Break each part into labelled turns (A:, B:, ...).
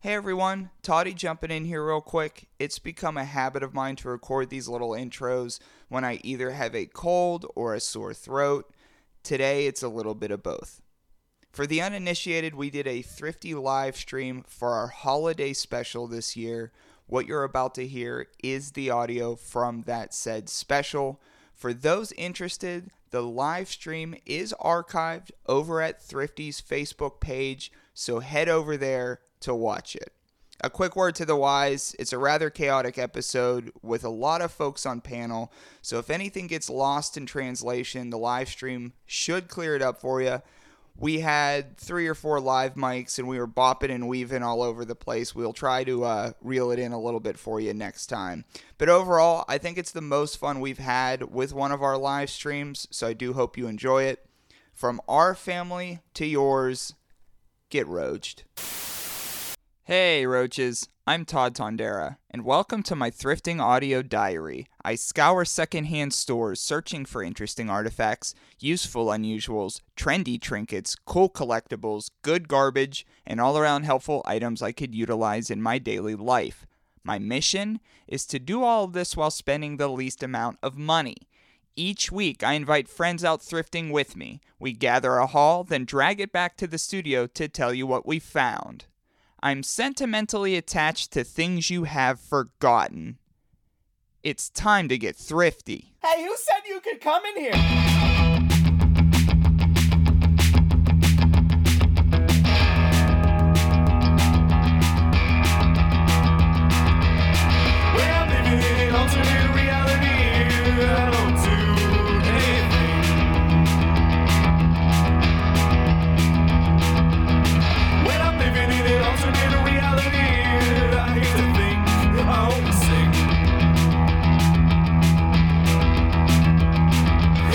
A: Hey everyone, Toddy jumping in here real quick. It's become a habit of mine to record these little intros when I either have a cold or a sore throat. Today it's a little bit of both. For the uninitiated, we did a thrifty live stream for our holiday special this year. What you're about to hear is the audio from that said special. For those interested, the live stream is archived over at Thrifty's Facebook page, so head over there to watch it. A quick word to the wise it's a rather chaotic episode with a lot of folks on panel, so if anything gets lost in translation, the live stream should clear it up for you. We had three or four live mics and we were bopping and weaving all over the place. We'll try to uh, reel it in a little bit for you next time. But overall, I think it's the most fun we've had with one of our live streams, so I do hope you enjoy it. From our family to yours, get roached. Hey, roaches. I'm Todd Tondera, and welcome to my thrifting audio diary. I scour secondhand stores searching for interesting artifacts, useful unusuals, trendy trinkets, cool collectibles, good garbage, and all around helpful items I could utilize in my daily life. My mission is to do all of this while spending the least amount of money. Each week, I invite friends out thrifting with me. We gather a haul, then drag it back to the studio to tell you what we found. I'm sentimentally attached to things you have forgotten. It's time to get thrifty.
B: Hey, who said you could come in here?
C: We're living in alternate reality. I don't do anything. When I'm living in an alternate reality, I hate to think I'm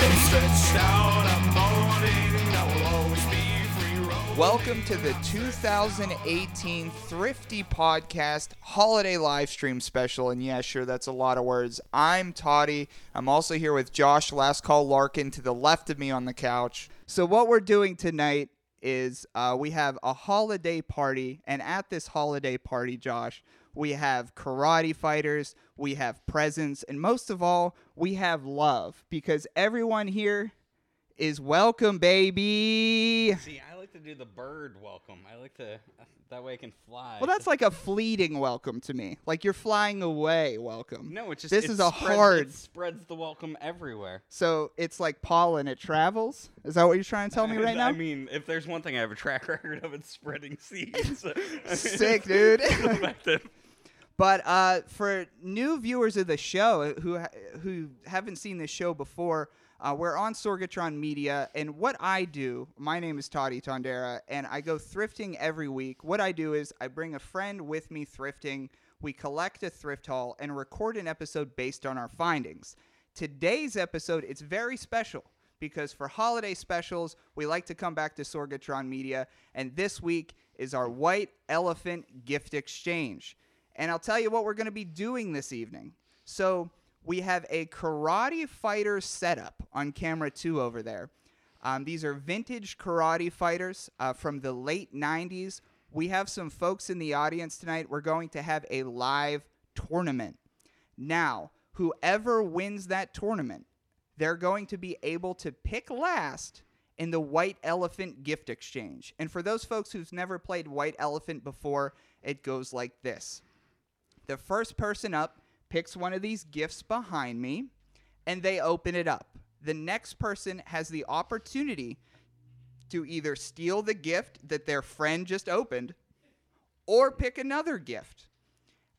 C: sick. It's stretched out. I'm mourning. I will always be free. roaming.
A: Welcome to the 2018 Thrifty Podcast Holiday Live Stream Special. And yeah, sure, that's a lot of words. I'm Toddy. I'm also here with Josh Last Call Larkin to the left of me on the couch.
D: So what we're doing tonight is uh, we have a holiday party, and at this holiday party, Josh, we have karate fighters, we have presents, and most of all, we have love because everyone here is welcome, baby.
E: See, I like to do the bird welcome. I like to that way I can fly.
D: Well, that's like a fleeting welcome to me. Like you're flying away, welcome.
E: no, it's just
D: this
E: it
D: is a
E: spreads,
D: hard.
E: It spreads the welcome everywhere.
D: So it's like pollen. It travels. Is that what you're trying to tell me right now?
E: I mean, if there's one thing I have a track record of, it's spreading seeds.
D: Sick, dude.
E: It's effective.
D: But uh, for new viewers of the show uh, who ha- who haven't seen this show before, uh, we're on Sorgatron Media, and what I do, my name is Toddy Tondera, and I go thrifting every week. What I do is I bring a friend with me thrifting. We collect a thrift haul and record an episode based on our findings. Today's episode, it's very special because for holiday specials, we like to come back to Sorgatron Media, and this week is our White Elephant Gift Exchange. And I'll tell you what we're going to be doing this evening. So we have a karate fighter setup on camera two over there. Um, these are vintage karate fighters uh, from the late 90s. We have some folks in the audience tonight. We're going to have a live tournament. Now, whoever wins that tournament, they're going to be able to pick last in the White Elephant Gift Exchange. And for those folks who've never played White Elephant before, it goes like this the first person up picks one of these gifts behind me and they open it up. The next person has the opportunity to either steal the gift that their friend just opened or pick another gift.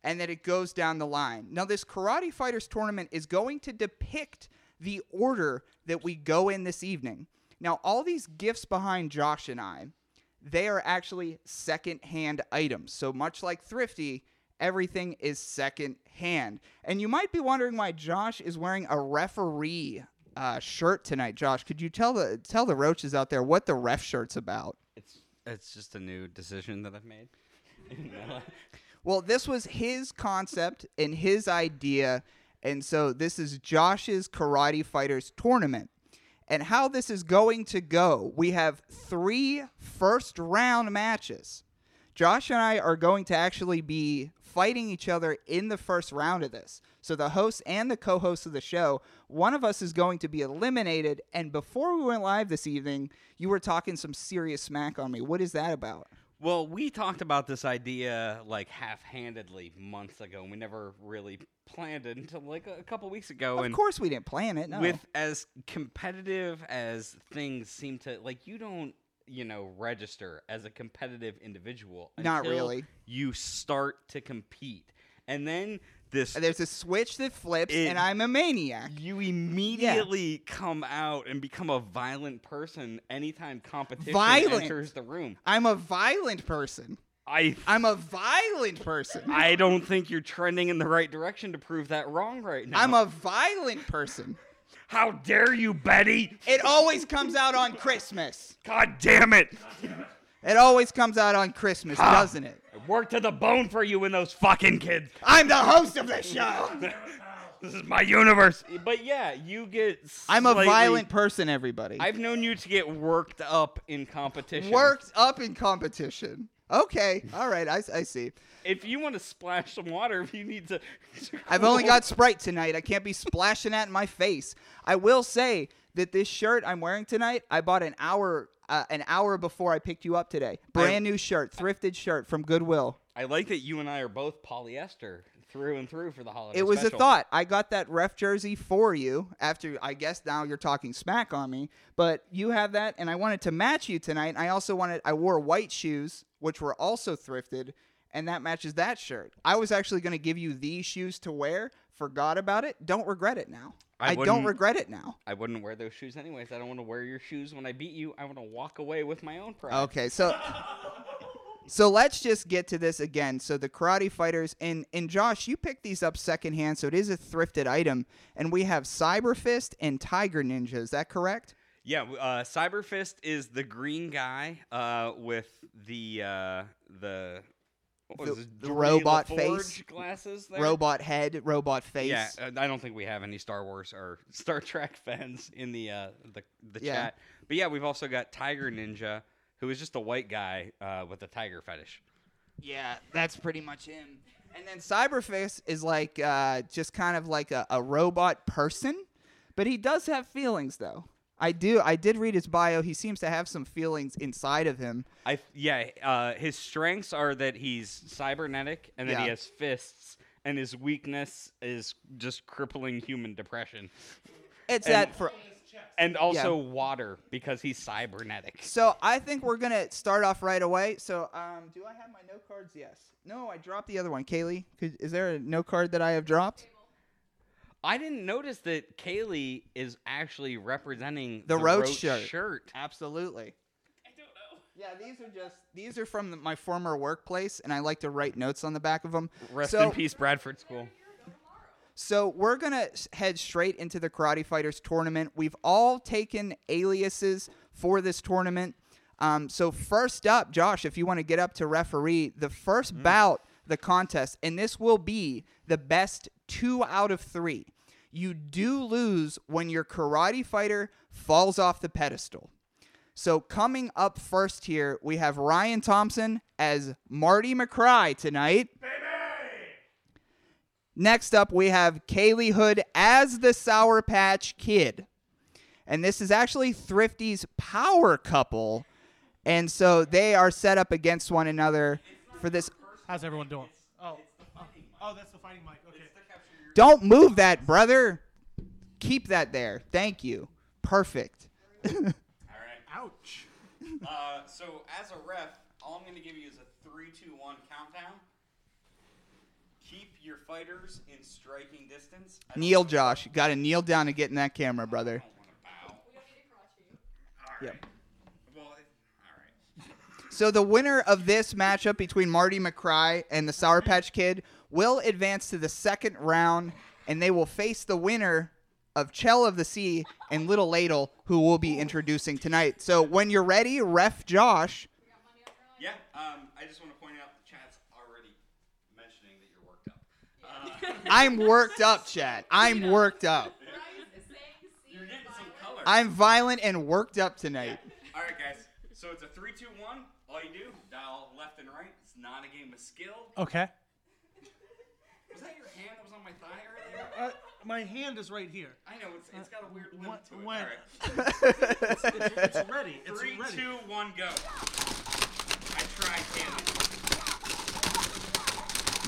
D: And then it goes down the line. Now, this Karate Fighters tournament is going to depict the order that we go in this evening. Now, all these gifts behind Josh and I, they are actually secondhand items. So much like Thrifty, everything is secondhand. And you might be wondering why Josh is wearing a referee uh, shirt tonight. Josh, could you tell the tell the roaches out there what the ref shirt's about?
E: It's it's just a new decision that I've made. You know,
D: Well, this was his concept and his idea. And so this is Josh's Karate Fighters tournament. And how this is going to go, we have three first round matches. Josh and I are going to actually be fighting each other in the first round of this. So the host and the co-host of the show, one of us is going to be eliminated. And before we went live this evening, you were talking some serious smack on me. What is that about?
E: Well, we talked about this idea like half-handedly months ago, and we never really planned it until like a couple weeks ago.
D: Of
E: and
D: course, we didn't plan it. No.
E: with as competitive as things seem to like, you don't you know register as a competitive individual.
D: Not
E: until
D: really.
E: You start to compete, and then this
D: And there's a switch that flips,
E: It-
D: and I'm a maniac.
E: you immediately come out and become a violent person anytime competition
D: Violent.
E: enters the room.
D: I'm a violent person.
E: I
D: I'm a violent person.
E: I don't think you're trending in the right direction to prove that wrong right now.
D: I'm a violent person.
E: How dare you, Betty?
D: It always comes out on Christmas.
E: God damn it!
D: It always comes out on Christmas, doesn't it?
E: I worked to the bone for you and those fucking kids.
D: I'm the host of the show.
E: This is my universe. But yeah, you get.
D: I'm a
E: slightly-
D: violent person, everybody.
E: I've known you to get worked up in competition.
D: worked up in competition. Okay, all right, I, I see.
E: If you want to splash some water, if you need to.
D: I've only got Sprite tonight. I can't be splashing that in my face. I will say that this shirt I'm wearing tonight, I bought an hour uh, an hour before I picked you up today. Brand new shirt, thrifted shirt from Goodwill.
E: I like that you and I are both polyester through and through for the holiday.
D: It was
E: special.
D: a thought. I got that ref jersey for you after I guess now you're talking smack on me, but you have that and I wanted to match you tonight. I also wanted I wore white shoes which were also thrifted and that matches that shirt. I was actually going to give you these shoes to wear, forgot about it. Don't regret it now.
E: I
D: I, don't
E: wouldn't-
D: regret it now.
E: I wouldn't wear those shoes anyways. I don't want to wear your shoes when I beat you. I want to walk away with my own pride.
D: Okay, so so let's just get to this again. So the karate fighters and and Josh, you picked these up secondhand, so it is a thrifted item, and we have Cyber Fist and Tiger Ninja. Is that correct?
E: Yeah, w- uh, Cyber Fist is the green guy uh, with the uh, the, what was
D: The-
E: it,
D: the
E: Geordi
D: robot
E: LaForge
D: face.
E: glasses. There?
D: Robot head, robot face.
E: Yeah, uh, I don't think we have any Star Wars or Star Trek fans in the uh, the the
D: Yeah.
E: chat. But yeah, we've also got Tiger Ninja, who is just a white guy uh, with a tiger fetish.
D: Yeah, that's pretty much him. And then Cyberfist is like uh, just kind of like a, a robot person, but he does have feelings though. I do. I did read his bio. He seems to have some feelings inside of him.
E: I f- yeah, uh, his strengths are that he's cybernetic and that he
D: Yeah.
E: has fists, and his weakness is just crippling human depression,
D: It's
E: And-
D: that for
E: and also water because he's cybernetic.
D: So I think we're gonna start off right away. So um, do I have my note cards? Yes. No, I dropped the other one. Kaylee, could, is there a note card that I have dropped?
E: I didn't notice that Kaylee is actually representing
D: The Roach
E: Roach
D: shirt.
E: shirt.
D: Absolutely. I don't know. Yeah, these are just these are from the, my former workplace, and I like to write notes on the back of them.
E: Rest
D: so,
E: in peace, Bradford School.
D: So we're gonna s- head straight into the Karate Fighters tournament. We've all taken aliases for this tournament. Um, so first up, Josh, if you want to get up to referee, the first bout, the contest, and this will be the best two out of three. You do lose when your Karate Fighter falls off the pedestal. So coming up first here, we have Ryan Thompson as Marty McCry tonight. Next up, we have Kaylee Hood as the Sour Patch Kid. And this is actually Thrifty's power couple. And so they are set up against one another for this.
F: How's everyone doing? Oh, oh, oh, that's the fighting mic. Okay.
D: Don't move that, brother. Keep that there. Thank you. Perfect.
F: Ouch.
E: Uh, so as a ref, all I'm going to give you is a three, two, one countdown. Keep your fighters in striking distance. I don't
D: Kneel,
E: wanna-
D: Josh. You Got to kneel down to get in that camera, brother.
E: I don't wanna bow.
D: Yep.
E: Well, it- all right.
D: So the winner of this matchup between Marty McCry and the Sour Patch Kid will advance to the second round, and they will face the winner of Chell of the Sea and Little Ladle, who we'll be introducing tonight. So when you're ready, Ref Josh.
E: Yeah, um, I just want to point out the chat's already mentioning that you're worked up. Uh,
D: I'm worked up, Chad. I'm worked up.
E: you're getting some color.
D: I'm violent and worked up tonight.
E: All right, guys. So it's a three, two, one. All you do, dial left and right. It's not a game of skill.
F: Okay.
E: Was that your hand that was on my thigh earlier?
F: Uh, my hand is right here.
E: I know it's, it's got a weird
F: One-
E: limp to it.
F: one-
E: All right.
F: it's, it's- it's ready. It's
E: Three,
F: ready.
E: two, one, go. I tried, Cannon.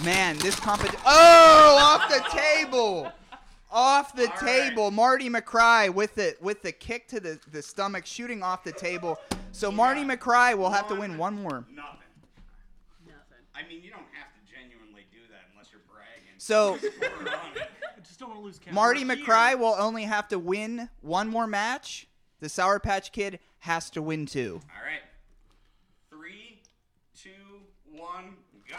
D: Man, this compet Oh, off the table. Off the
E: All right.
D: table. Marty McCry with the with the kick to the, the stomach shooting off the table. So Marty
E: got
D: McCry will have to
E: one-
D: win one more.
E: Nothing.
G: Nothing.
E: I mean, you don't have to genuinely do that unless you're bragging.
D: So
E: We're on it.
F: I just don't want to lose count.
D: Marty
E: here.
D: McCry will only have to win one more match. The Sour Patch Kid has to win two.
E: All right. Three, two, one, go.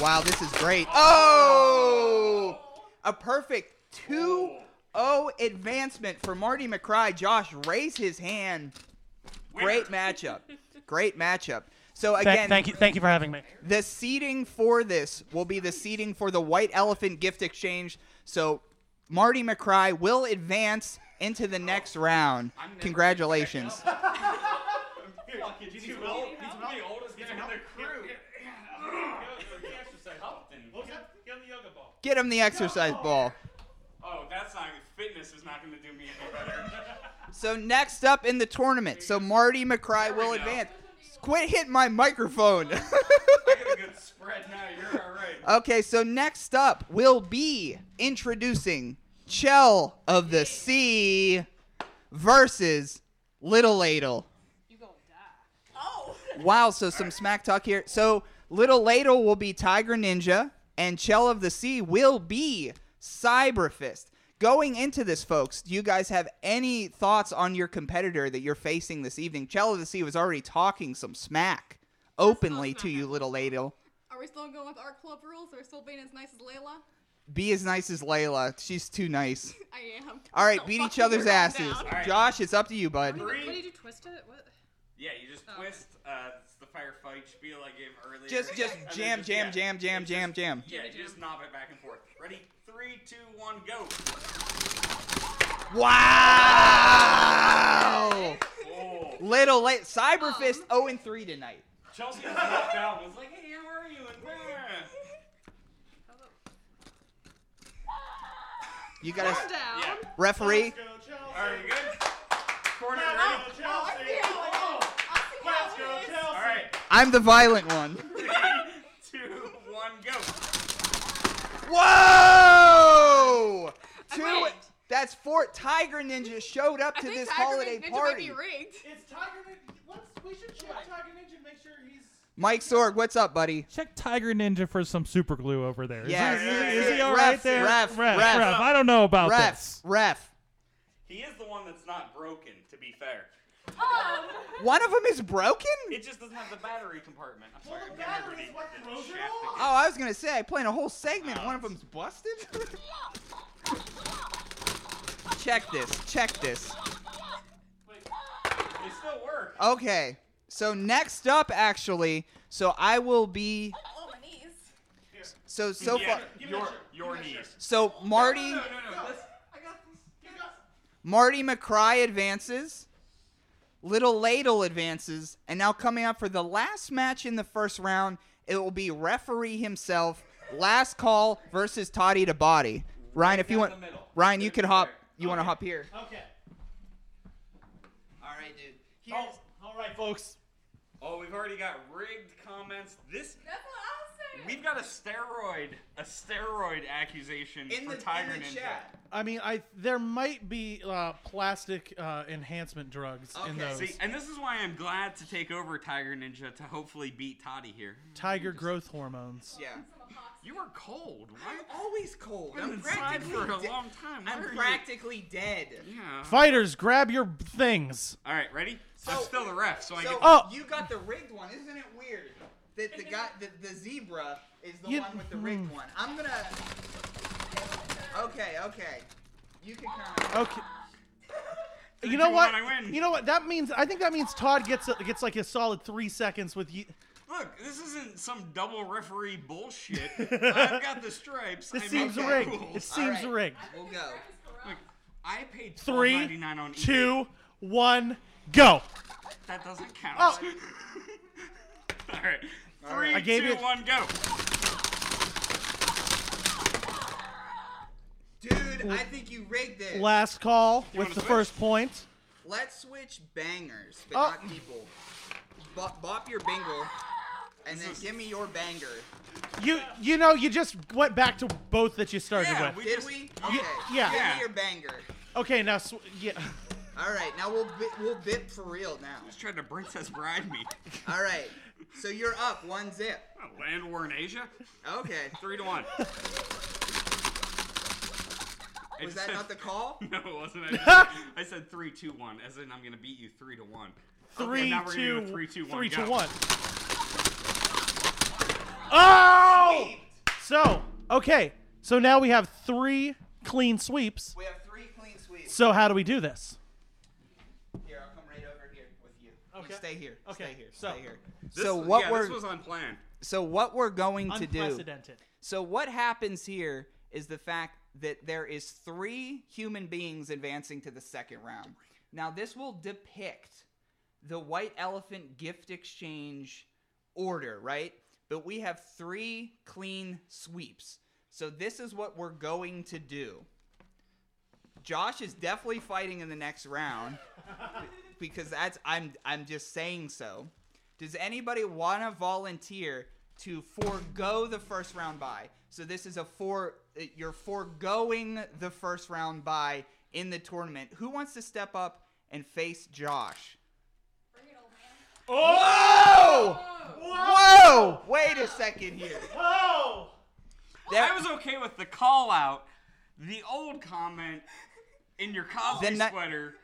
D: Wow, this is great. Oh! A perfect 2 0 advancement for Marty McCry. Josh, raise his hand. Great matchup. Great matchup. So,
H: Th-
D: again,
H: thank you, thank you for having me.
D: the seating for this will be the seating for the White Elephant Gift Exchange. So, Marty McCry will advance into the next round.
E: I'm never-
D: Congratulations.
E: Fucking too old. He's the oldest guy in the crew. Helpton.
D: Get him the exercise ball.
E: Oh, that's not fitness is not going to do me any better.
D: So next up in the tournament, so Marty McCry will advance. Quit hitting my microphone.
E: I got a good spread now. You're all right.
D: okay, so next up will be introducing Chell of the Sea versus Little Ladle.
G: You gonna die.
I: Oh.
D: Wow, so some smack talk here. So Little Ladle will be Tiger Ninja, and Chell of the Sea will be Cyberfist. Going into this, folks, do you guys have any thoughts on your competitor that you're facing this evening? Chell of the Sea was already talking some smack openly to you, Little Ladle.
I: Are we still going with our club rules? Are we still being as nice as Layla?
D: Be as nice as Layla. She's too nice.
I: I am.
D: All right,
I: So
D: beat each
I: fucking
D: other's
I: we're going
D: asses.
I: down.
E: right.
D: Josh, it's up to you, bud.
G: What
E: Three.
G: do you do? Twist it? What?
E: Yeah, you just
G: Oh.
E: twist. Uh, it's the firefight spiel I gave earlier.
D: Just, just
E: And then
D: jam,
E: just-
D: jam,
E: yeah.
D: jam, jam,
E: It's
D: jam,
E: just-
D: jam.
E: Yeah, you just knob it back and forth. Ready? Three, two, one, go.
D: Wow!
E: Oh.
D: Little late Cyberfist 0 and 3 tonight.
E: Chelsea was knocked out. Was like, hey, how are you? And where?
G: How about-
D: You gotta
G: Calm down.
E: Yeah.
D: referee.
E: Are you good? Corner
I: Oh,
E: ready?
I: oh, I see how it is. I see how it is.
E: All right.
D: I'm the violent one.
E: Three, two, one, go.
D: Whoa! Two.
G: win.
D: That's four. Tiger Ninja showed up
I: I
D: to
I: think
D: this
I: Tiger
D: holiday
I: Ninja
D: party.
I: Might be rigged.
F: It's Tiger Ninja. Let's, we should check Tiger Ninja and make sure he's.
D: Mike Sorg, what's up, buddy?
H: Check Tiger Ninja for some super glue over there. Is
D: Yes.
H: he- is, he
D: Yeah.
H: all
D: Ref,
H: right there?
D: ref,
H: ref,
D: ref.
H: ref. I don't know about
D: Ref,
H: this.
D: ref.
E: He is the one that's not broken, to be fair.
D: One of them is broken?
E: It just doesn't have the battery compartment. I'm sorry, I'm
F: the
E: getting
F: battery's
E: ready.
F: what
E: The
F: throws it
E: shaft
F: all.
E: again.
D: Oh, I was gonna say I played a whole segment. One of them's busted. check this. Check this.
E: They still work.
D: Okay. So next up, actually, so I will be.
I: Oh, my knees.
D: So so
E: Yeah,
D: far,
E: your, your knees.
D: so Marty. Marty McCry advances. Little Ladle advances. And now, coming up for the last match in the first round, it will be referee himself. Last call versus Toddy to body. Ryan, if you
E: down
D: want,
E: the middle.
D: Ryan, you
E: Right
D: can
E: there.
D: hop. You want to hop here?
F: Okay.
D: All right, dude.
F: Oh, all right, folks.
E: Oh, we've already got rigged comments. This
I: That's what I was saying.
E: we've got a steroid, a steroid accusation
D: In
E: for
D: the-
E: Tiger
D: in the
E: Ninja.
D: chat.
F: I mean, I there might be uh, plastic uh, enhancement drugs in
D: Okay.
F: those.
E: See, and this is why I'm glad to take over Tiger Ninja to hopefully beat Toddy here.
F: Tiger growth hormones.
D: Yeah.
E: You are cold. Why?
D: I'm always cold.
E: I've been
D: I'm
E: inside
D: practically,
E: for a
D: de-
E: long time. Why
D: I'm
E: are you-
D: practically dead.
E: Yeah.
F: Fighters, grab your things.
E: All right, ready? I'm
D: So-
E: still the ref, so, I
D: So
E: get.
F: Oh.
D: you got the rigged one, isn't it weird? That the guy, the, the zebra, is the
F: You- Hmm.
D: one with the rigged one. I'm gonna. Okay, okay. You can kind of.
F: Okay.
E: Three,
F: You know
E: two,
F: what?
E: one, I win.
F: You know what? That means I think that means Todd gets a, gets like a solid three seconds with you.
E: Look, this isn't some double referee bullshit. I've got the stripes.
F: This
E: I
F: seems
E: make the
F: rigged. It
E: rules.
F: seems
D: right.
F: rigged.
D: We'll go.
E: Look, I paid
F: Three,
E: $12.99 on eBay.
F: two, one, Go.
E: That doesn't count. All right. Three,
F: I gave
E: two,
F: you-
E: one, go.
D: Dude, I think you rigged it.
F: Last call with
E: wanna
F: the
E: switch?
F: first point.
D: Let's switch bangers, but
F: Oh.
D: not people. Bop, bop your bingle, and then give me your banger.
F: You you know you just went back to both that you started
E: Yeah,
F: with.
E: we
D: Did
E: just-
D: we? Okay.
F: yeah.
D: Give
E: Yeah.
D: me your banger.
F: Okay, now sw- yeah.
D: All right, now we'll bi- we'll bip for real now.
E: Just tried to princess bride me.
D: All right, so you're up one zip.
E: Land war in Asia.
D: Okay.
E: Three to one. I
D: Was
E: just
D: that
E: said-
D: not the call?
E: No, it wasn't. I, just- I said three, two, one, as in I'm gonna beat you three to one. okay,
F: Three,
E: now we're gonna
F: two,
E: do a three, two, one,
F: three, two,
E: go.
F: one. Oh! So okay, so now we have three clean sweeps.
D: We have three clean sweeps.
F: So how do we do this?
D: Here, I'll come right over here with you. You
F: Okay.
D: stay here.
F: Okay,
D: Stay here.
F: so-
D: Stay here.
E: This
D: so
E: was-
D: what
E: yeah,
D: we're
E: this was unplanned.
D: so what we're going to do.
F: Unprecedented.
D: So what happens here is the fact that there is three human beings advancing to the second round. Now this will depict the white elephant gift exchange order, right? But we have three clean sweeps. So this is what we're going to do. Josh is definitely fighting in the next round because that's I'm I'm just saying so. Does anybody want to volunteer to forego the first round bye? So this is a for you're foregoing the first round bye in the tournament. Who wants to step up and face Josh?
I: Bring it, old man.
F: Oh! Whoa!
D: Wait a second here.
F: Whoa!
D: There-
E: I was okay with the call out. The old comment in your Cosby
D: Then that-
E: sweater.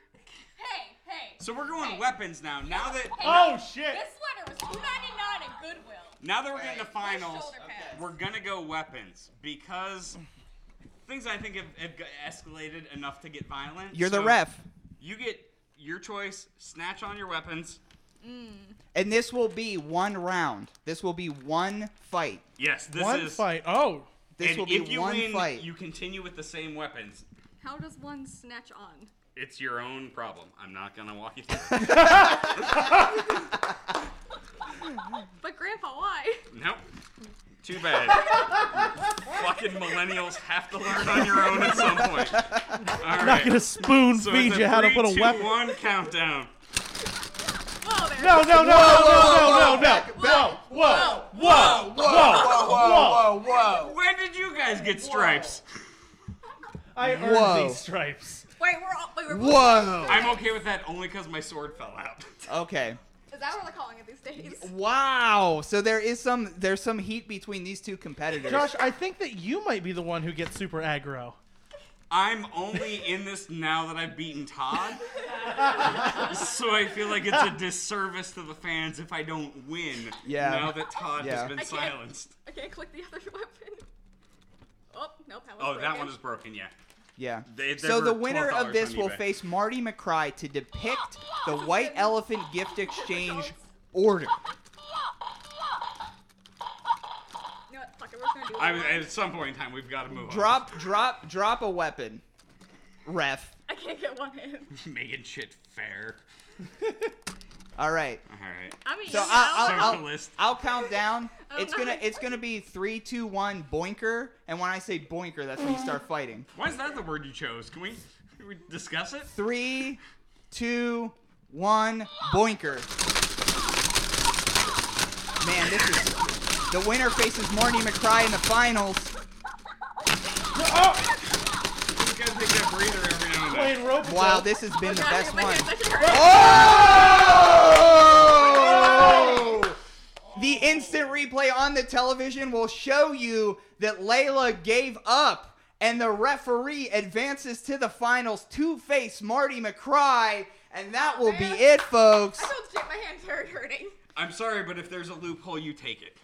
I: Hey, hey.
E: So we're going
I: Hey.
E: weapons now. Now that
I: Hey,
F: Oh shit!
I: This sweater was two ninety nine at Goodwill.
E: now that we're getting to
D: Right.
E: finals,
I: Shoulder pads.
E: we're gonna go weapons because things I think have, have g- escalated enough to get violent.
D: You're the
E: So
D: ref,
E: You get your choice. Snatch on your weapons.
D: and this will be one round. This will be one fight.
E: Yes, this
F: One
E: is.
F: fight. Oh.
D: This
E: and
D: will be
E: if you
D: one
E: win,
D: fight.
E: you continue with the same weapons.
I: How does one snatch on?
E: It's your own problem. I'm not gonna walk you through. it.
I: But Grandpa, why?
E: nope. Too bad. Fucking millennials have to learn on your own at some point. All
F: Not gonna
E: right.
F: spoon
E: So
F: feed
E: it's
F: you how to
E: three,
F: put a
E: two,
F: weapon.
E: One countdown.
I: Whoa Oh, there.
F: No, no, no, no, no, no, no,
D: back-
F: no. Whoa, whoa, whoa, whoa.
D: whoa!
E: When did you guys get stripes?
F: I
D: Whoa.
F: earned these stripes.
I: Wait, we're all. Wait, we're
D: Whoa!
E: I'm okay with that only because my sword fell out.
D: Okay.
I: Is that what they're calling it these days?
D: Wow. So there is some there's some heat between these two competitors.
F: Josh, I think that you might be the one who gets super aggro.
E: I'm only in this now that I've beaten Todd. so I feel like it's a disservice to the fans if I don't win
D: Yeah.
E: now that Todd
D: Yeah.
E: has been
I: I can't-
E: silenced.
I: I can't click the other weapon. Oh, nope. That one's
E: Oh, that
I: broken.
E: one is broken, yeah.
D: yeah.
E: They- they
D: so
E: were
D: the winner
E: $12
D: of this
E: on
D: will
E: eBay.
D: face Marty McCry to depict the
I: Oh,
D: white elephant gift exchange order.
I: You know what? Fuck it. We're just gonna do it.
E: I, at some point in time, we've got to move
D: Drop, drop, drop a weapon. Ref.
I: I can't get one in.
E: on. Making shit fair.
D: All right.
E: All right.
I: I mean,
D: So
I: you
C: uh,
E: Oh,
I: know,
D: I'll, I'll, I'll,
E: Socialist.
D: I'll count down.
I: Oh,
D: It's gonna
I: nice.
D: it's gonna be three, two, one, boinker. And when I say boinker, that's when you start fighting.
E: Why is that the word you chose? Can we, can we discuss it?
D: Three, two, one, boinker. Man, this is the winner faces Marty McCry in the finals.
E: You guys take that breather every now and then.
F: Playing rope.
D: Wow, this has been the best one.
I: one.
D: Oh! The instant replay on the television will show you that Layla gave up, and the referee advances to the finals to face Marty McCry, and that will be it, folks.
I: I told you my hand started hurting.
E: I'm sorry, but if there's a loophole, you take it.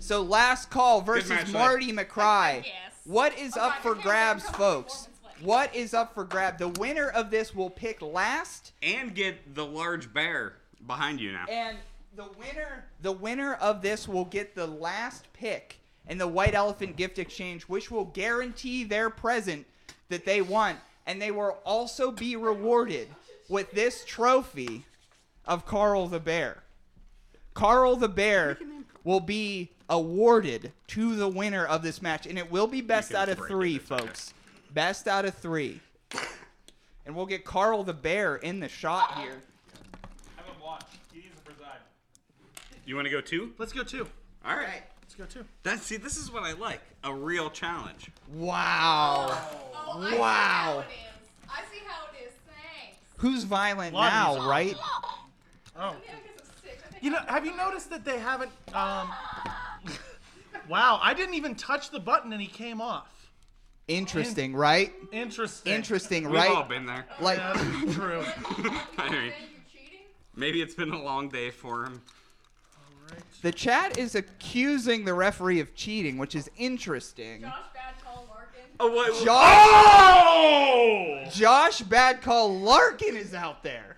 D: So last call versus
E: match, Leigh.
D: Marty McCry.
I: Yes.
D: What is
I: Oh,
D: up
I: God,
D: for
I: I can't
D: grabs,
I: remember the
D: folks?
I: performance way.
D: What is up for grab? The winner of this will pick last,
E: And get the large bear behind you now.
D: and the winner the winner of this will get the last pick in the White Elephant Gift Exchange, which will guarantee their present that they want, and they will also be rewarded with this trophy.
J: of Carl the Bear. Carl the Bear will be awarded to the winner of this match, and it will be best out of three, folks. Best out of three. And we'll get Carl the Bear in the shot here.
K: Have him watch. He needs to preside.
C: You want to go two?
F: Let's go two.
C: All right.
F: Let's go two.
C: That's see. This is what I like. A real challenge.
J: Wow.
I: Oh, I see how
J: Wow.
I: it is. I see how it is. Thanks.
J: Who's violent
F: Lot of
J: now,
F: music.
J: right?
F: Oh.
I: I think I'm sick. I think
F: You know,
I: I'm
F: have you noticed that they haven't? Um, wow, I didn't even touch the button and he came off.
J: Interesting, right?
F: Interesting.
J: Interesting,
C: We've all
J: right?
C: been there.
J: Like
F: Yeah, that's
C: I
F: true.
C: mean,
I: saying you're cheating?
C: maybe it's been a long day for him.
J: the chat is accusing the referee of cheating, which is interesting.
I: Josh Badcall Larkin.
C: Oh wait. Oh!
J: Josh, Josh Bad Call Larkin is out there.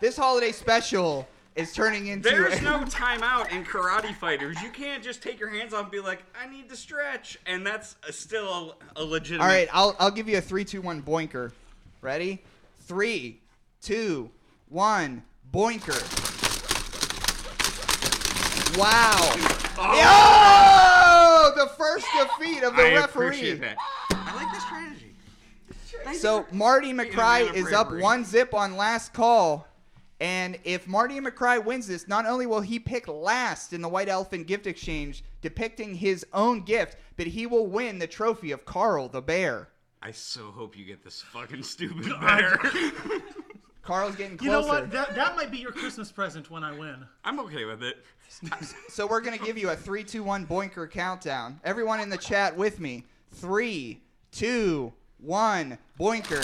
J: This holiday special is turning into.
C: There's no timeout in karate fighters. You can't just take your hands off and be like, "I need to stretch," and that's a, still a, a legitimate.
J: All right, I'll I'll give you a three, two, one boinker. Ready? Three, two, one boinker. Wow! Oh! the first defeat of the
C: I
J: referee.
C: appreciate that. I like the strategy.
J: So Marty McCry
C: of
J: is up
C: bravery.
J: one zip on last call. And if Marty McCry wins this, not only will he pick last in the White Elephant gift exchange, depicting his own gift, but he will win the trophy of Carl the Bear.
C: I so hope you get this fucking stupid bear.
J: Carl's getting
F: You
J: closer.
F: know what? That, that might be your Christmas present when I win.
C: I'm okay with it.
J: So we're gonna give you a three, two, one boinker countdown. Everyone in the chat with me. Three, two, one, boinker.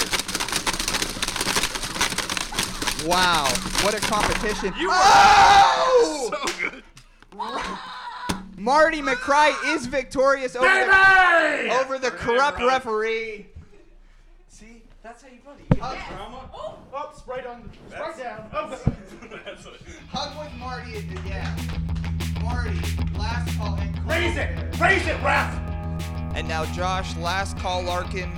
J: Wow, what a competition.
C: You are
J: oh!
C: so good.
J: Marty McCry is victorious over the, over the corrupt referee.
C: See, that's how you buddy.
F: Oops, right on. Right down.
J: Hug with Marty at the yeah. Marty, last call and
L: Raise it! Raise it, ref!
D: And now Josh, last call Larkin,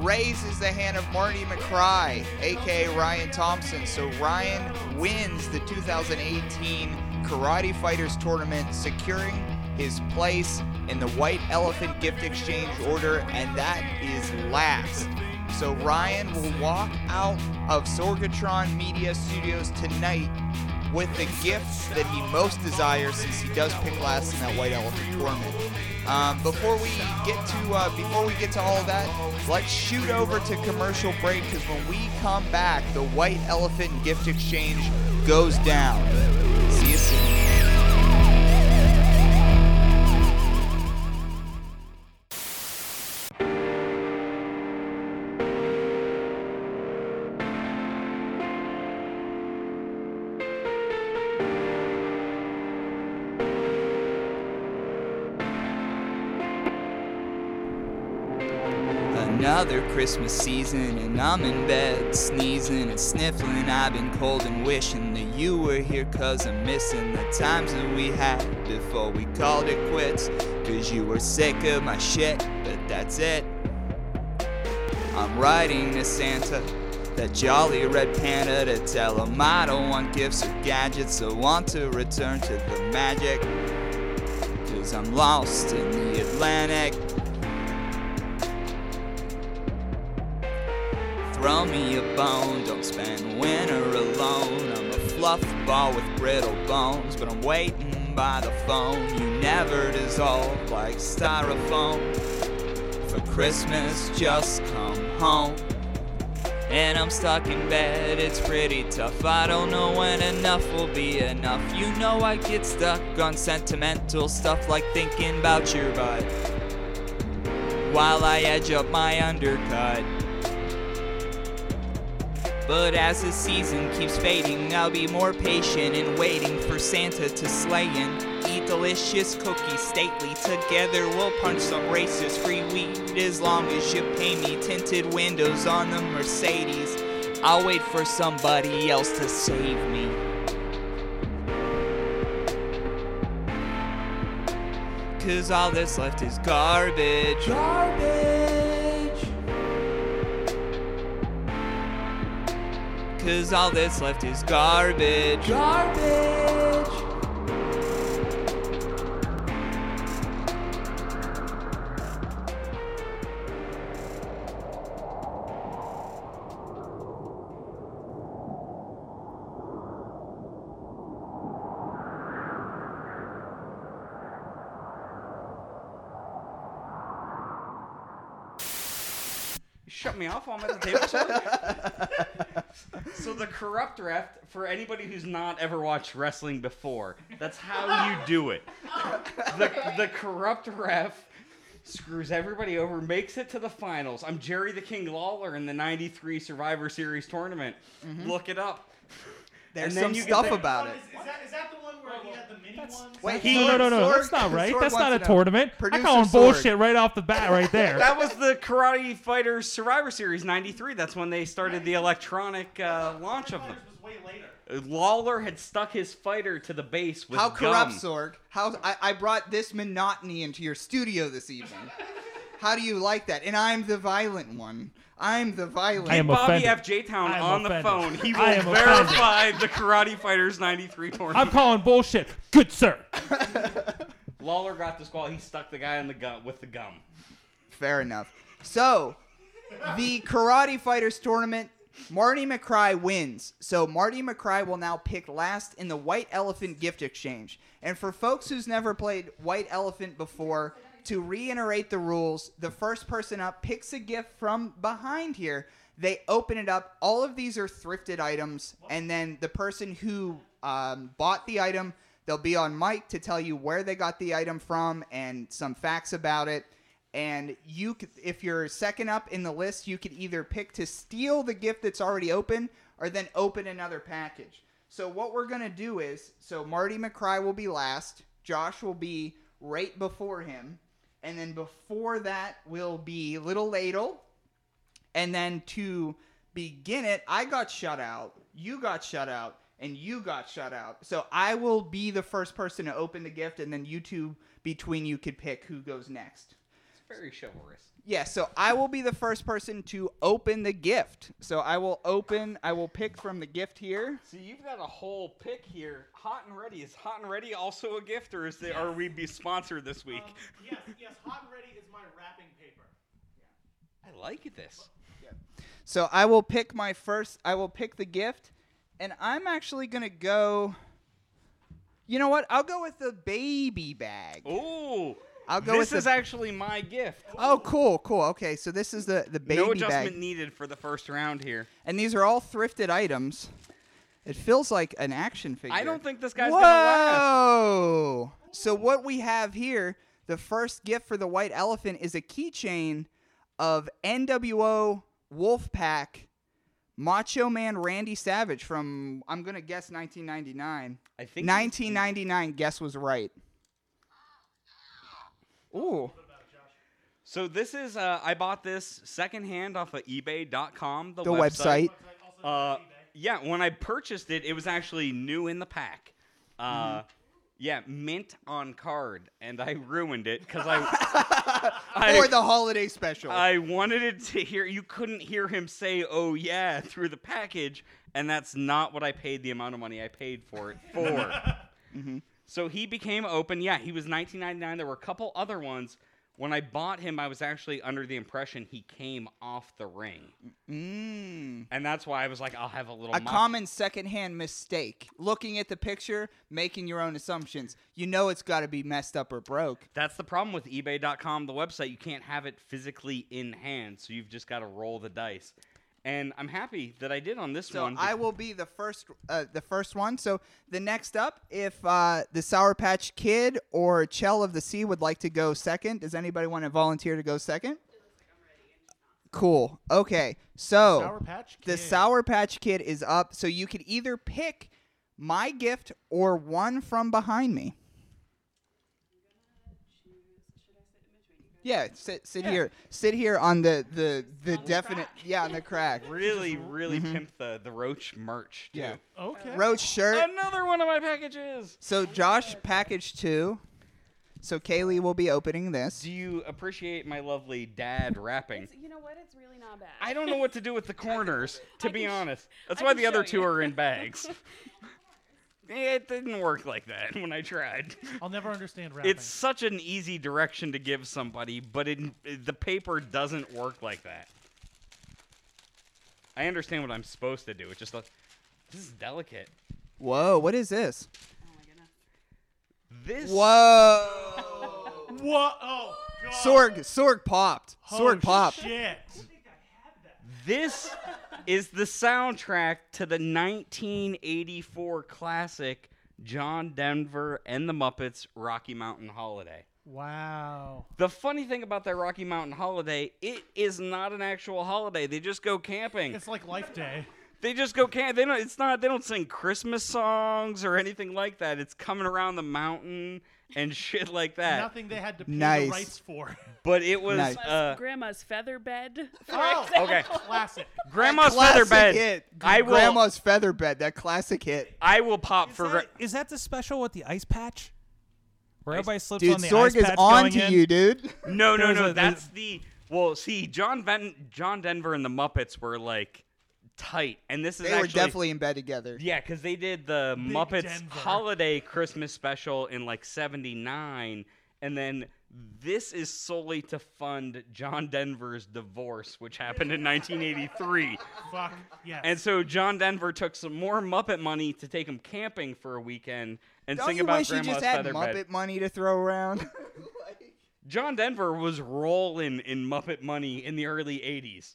D: raises the hand of Marty McCry, aka Ryan Thompson. So Ryan wins the 2018 Karate Fighters tournament, securing his place in the White Elephant Gift Exchange order, and that is last. So Ryan will walk out of Sorgatron Media Studios tonight with the gift that he most desires since he does pick last in that White Elephant tournament. Um, before we get to uh, before we get to all of that, let's shoot over to commercial break because when we come back, the White Elephant gift exchange goes down. See you soon. Another Christmas season, and I'm in bed, sneezing and sniffling. I've been cold and wishing that you were here, cause I'm missing the times that we had before we called it quits. Cause you were sick of my shit, but that's it. I'm writing to Santa, that jolly red panda, to tell him I don't want gifts or gadgets, I want to return to the magic. Cause I'm lost in the Atlantic. Throw me a bone, don't spend winter alone. I'm a fluff ball with brittle bones, but I'm waiting by the phone. You never dissolve like styrofoam. For Christmas, just come home. And I'm stuck in bed, it's pretty tough. I don't know when enough will be enough. You know, I get stuck on sentimental stuff like thinking about your butt. While I edge up my undercut. But as the season keeps fading, I'll be more patient in waiting for Santa to slay in. Eat delicious cookies stately. Together we'll punch some racist free weed as long as you pay me. Tinted windows on the Mercedes. I'll wait for somebody else to save me. Cause all that's left is garbage. Garbage.
A: Cause all that's left is garbage. Garbage.
E: You shut me off while I'm at the table. Sean? so the corrupt ref for anybody who's not ever watched wrestling before, that's how you do it. The the corrupt ref screws everybody over, makes it to the finals. I'm Jerry the King Lawler in the '93 Survivor Series tournament. Look it up.
D: Mm-hmm. There's
E: And then
D: some
E: you get
D: stuff
E: that-
D: about it.
B: Is that, is that the one where he had the mini one?
D: Wait,
F: He-
D: Sorg-
F: no, no, no,
D: Sorg-
F: that's not right.
D: Sorg
F: That's
D: wants
F: not
D: to
F: a
D: know.
F: tournament. I'm
D: Producer
F: calling
D: Sorg.
F: bullshit right off the bat, right there.
E: That was the Karate Fighter Survivor Series '93. That's when they started the electronic uh, launch of them.
B: This was way later.
E: Lawler had stuck his fighter to the base with
D: How corrupt,
E: gum.
D: Sorg? How I, I brought this monotony into your studio this evening. How do you like that? And I'm the violent one. I'm the violent.
F: I am
D: one.
E: Bobby
F: offended.
E: F. J. Town
F: I am
E: on the
F: offended.
E: phone. He
F: I
E: will
F: am offended.
E: verify the Karate Fighters 93 tournament.
F: I'm calling bullshit. Good sir.
E: Lawler got disqualified. He stuck the guy in the gum with the gum.
D: Fair enough. So, the Karate Fighters tournament, Marty McCry wins. So, Marty McCry will now pick last in the White Elephant gift exchange. And for folks who's never played White Elephant before, to reiterate the rules, the first person up picks a gift from behind here. They open it up. All of these are thrifted items. And then the person who um, bought the item, they'll be on mic to tell you where they got the item from and some facts about it and you could, if you're second up in the list you could either pick to steal the gift that's already open or then open another package so what we're going to do is so marty mccry will be last josh will be right before him and then before that will be little ladle and then to begin it, I got shut out, you got shut out, and you got shut out. So I will be the first person to open the gift, and then you two between you could pick who goes next.
E: It's very chivalrous.
D: Yeah, so I will be the first person to open the gift. So I will open, I will pick from the gift here.
E: So you've got a whole pick here. Hot and ready. Is hot and ready also a gift, or is they, are we be sponsored this week?
B: Um, yes, yes, hot and ready is my wrapping paper.
E: I like this.
D: So I will pick my first. I will pick the gift, and I'm actually gonna go. You know what? I'll go with the baby bag.
E: Oh,
D: I'll go
E: this
D: with
E: is
D: the,
E: actually my gift.
D: Oh, cool, cool. Okay, so this is the the baby
E: no adjustment
D: bag,
E: needed for the first round here.
D: and these are all thrifted items. It feels like an action figure.
E: I don't think this guy's
D: Whoa!
E: gonna last.
D: So what we have here, the first gift for the white elephant is a keychain of NWO Wolfpack Macho Man Randy Savage from I'm gonna guess 1999.
E: I think
D: 1999 guess was right. Ooh.
E: So this is uh, I bought this secondhand off of eBay.com, the,
D: The website.
E: Uh, yeah, when I purchased it, it was actually new in the pack. Uh,
D: Mm-hmm.
E: Yeah, mint on card, and I ruined it because I,
D: for
E: I,
D: the holiday special.
E: I wanted it to hear. You couldn't hear him say "Oh yeah" through the package, and that's not what I paid the amount of money I paid for it for.
D: Mm-hmm.
E: So he became open. Yeah, he was 1999. There were a couple other ones. When I bought him, I was actually under the impression he came off the ring,
D: Mm.
E: and that's why I was like, "I'll have a little."
D: A
E: mock-
D: common secondhand mistake. Looking at the picture, making your own assumptions. You know it's got to be messed up or broke.
E: That's the problem with eBay.com, the website. You can't have it physically in hand, so you've just got to roll the dice. And I'm happy that I did on this
D: So
E: one.
D: I will be the first, uh, the first one. So the next up, if uh, the Sour Patch Kid or Chell of the Sea would like to go second, does anybody want to volunteer to go second? Cool. Okay. So
F: Sour Patch
D: the
F: Kid.
D: Sour Patch Kid is up. So you could either pick my gift or one from behind me. Yeah, sit sit here, sit here on the the the definite yeah on the crack.
E: really, really
G: mm-hmm.
E: pimp the, the Roach merch, too.
D: Yeah,
F: Okay.
D: Roach shirt.
E: Another one of my packages.
D: So Josh package two. So Kaylee will be opening this.
E: Do you appreciate my lovely dad rapping?
G: It's, you know what? It's really not bad.
E: I don't know what to do with the corners, to
G: I
E: be
G: can sh-
E: honest. That's
G: I
E: why
G: can
E: the other
G: show
E: two
G: you.
E: are in bags. it didn't work like that when I tried.
F: I'll never understand rapping.
E: It's such an easy direction to give somebody, but it, the paper doesn't work like that. I understand what I'm supposed to do. It's just like, this is delicate.
D: Whoa, what is this?
G: Oh my goodness.
E: This
D: Oh, Whoa.
F: what? Oh god.
D: Sorg, Sorg popped. Sorg
F: Oh,
D: popped.
F: Shit.
E: This is the soundtrack to the 1984 classic John Denver and the Muppets Rocky Mountain Holiday.
F: Wow.
E: The funny thing about that Rocky Mountain Holiday, it is not an actual holiday. They just go camping.
F: It's like Life Day.
E: They just go camp. They don't. It's not. They don't sing Christmas songs or anything like that. It's coming around the mountain and shit like that.
F: Nothing they had to pay
D: Nice.
F: the rights for.
E: But it was
D: Nice.
E: uh,
G: Grandma's feather bed.
F: oh,
E: okay.
F: classic.
E: Grandma's feather
D: Classic
E: bed.
D: hit.
E: I will.
D: Grandma's feather bed. That classic hit.
E: I will pop
M: Is
E: for.
M: that, is that the special with the ice patch? Where everybody slips
D: Dude,
M: on the ice
D: Sorg is
M: patch
D: on
M: going
D: to
M: in?
D: you, dude.
E: No, no,
M: There's
E: no.
M: a- there's-
E: that's the well. See, John Ven- John Denver and the Muppets were like tight, and this is
D: They were
E: actually
D: definitely in bed together.
E: yeah, because they did the Muppets
F: Denver.
E: holiday Christmas special in like '79, and then this is solely to fund John Denver's divorce, which happened in 1983.
F: Fuck. Yes.
E: And so John Denver took some more Muppet money to take him camping for a weekend and
D: Don't
E: sing
D: you
E: about
D: wish you
E: Grandma's
D: just had
E: feather
D: Muppet
E: bed.
D: money to throw around?
E: John Denver was rolling in Muppet money in the early 80s.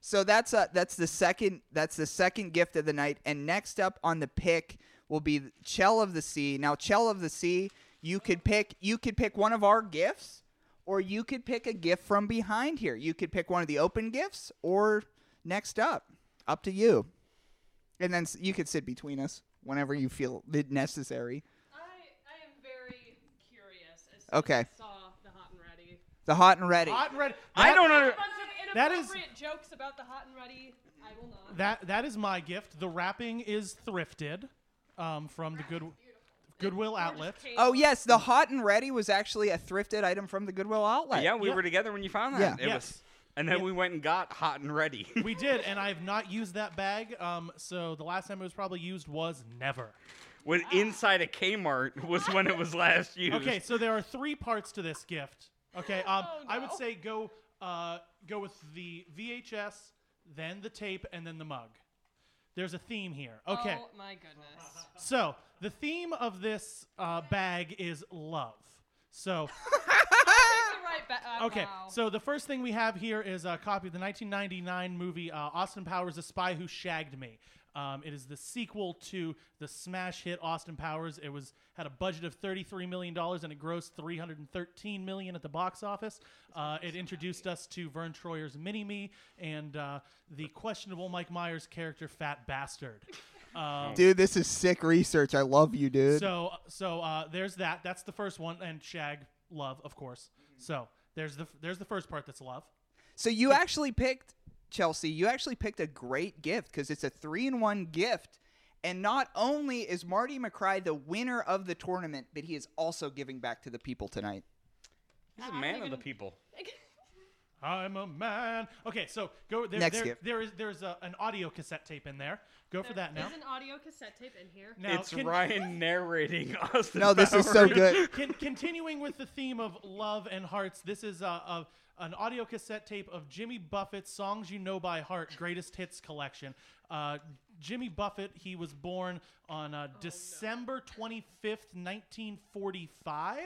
D: So that's uh that's the second that's the second gift of the night. And next up on the pick will be Chell of the Sea. Now Chell of the Sea, you could pick you could pick one of our gifts, or you could pick a gift from behind here. You could pick one of the open gifts, or next up, up to you. And then s- you could sit between us whenever you feel it necessary.
G: I, I am very curious. As soon
D: Okay.
G: As I saw the hot and ready.
D: The hot and ready.
F: Hot and red.
E: I
F: That-
E: don't under-
G: A bunch of
F: That is-
G: inappropriate jokes about the hot and ready. I will not.
F: That that is my gift. The wrapping is thrifted, um, from the good Goodwill
G: Gorgeous
F: outlet.
G: cake.
D: Oh yes, the hot and ready was actually a thrifted item from the Goodwill outlet.
E: yeah, we
F: yeah.
E: were together when you found that.
D: Yeah.
E: It was,
F: Yes.
E: and then we went and got hot and ready.
F: We did, and I have not used that bag. Um, so the last time it was probably used was never.
E: when inside a Kmart was when it was last used.
F: Ah. Okay, so there are three parts to this gift. Okay, um,
G: Oh,
F: I would
G: no.
F: say go uh, go with the VHS, then the tape, and then the mug. There's a theme here. Okay,
G: Oh my goodness.
F: so the theme of this uh, bag is love. So
G: You're right ba- uh,
F: okay,
G: wow.
F: so the first thing we have here is a copy of the 1999 movie uh, Austin Powers: The Spy Who Shagged Me. Um, it is the sequel to the smash hit Austin Powers. It was had a budget of 33 million dollars and it grossed 313 million at the box office. Uh, it introduced us to Vern Troyer's Mini Me and uh, the questionable Mike Myers character Fat Bastard. Um,
D: Dude, this is sick research. I love you, dude.
F: so so uh, there's that. That's the first one, and shag love, of course. So there's the there's the first part that's love.
D: So you actually picked Chelsea. You actually picked a great gift because it's a three-in-one gift, and not only is Marty McCry the winner of the tournament, but he is also giving back to the people tonight.
E: He's a
G: I
E: man
G: don't
E: of the
G: even-
E: people.
F: I'm a man. Okay, so go there.
D: Next
F: there,
D: gift.
F: there is there's a, an audio cassette tape in there. Go for that now.
G: There's an audio cassette tape in here.
F: Now,
E: it's
F: con-
E: Ryan narrating Austin.
D: No, this is so
E: Powers.
D: good.
F: Con- continuing with the theme of love and hearts, this is uh, a, an audio cassette tape of Jimmy Buffett's Songs You Know By Heart Greatest Hits Collection. Uh, Jimmy Buffett, he was born on
E: Oh,
F: uh, December 25th, 1945.
D: Uh,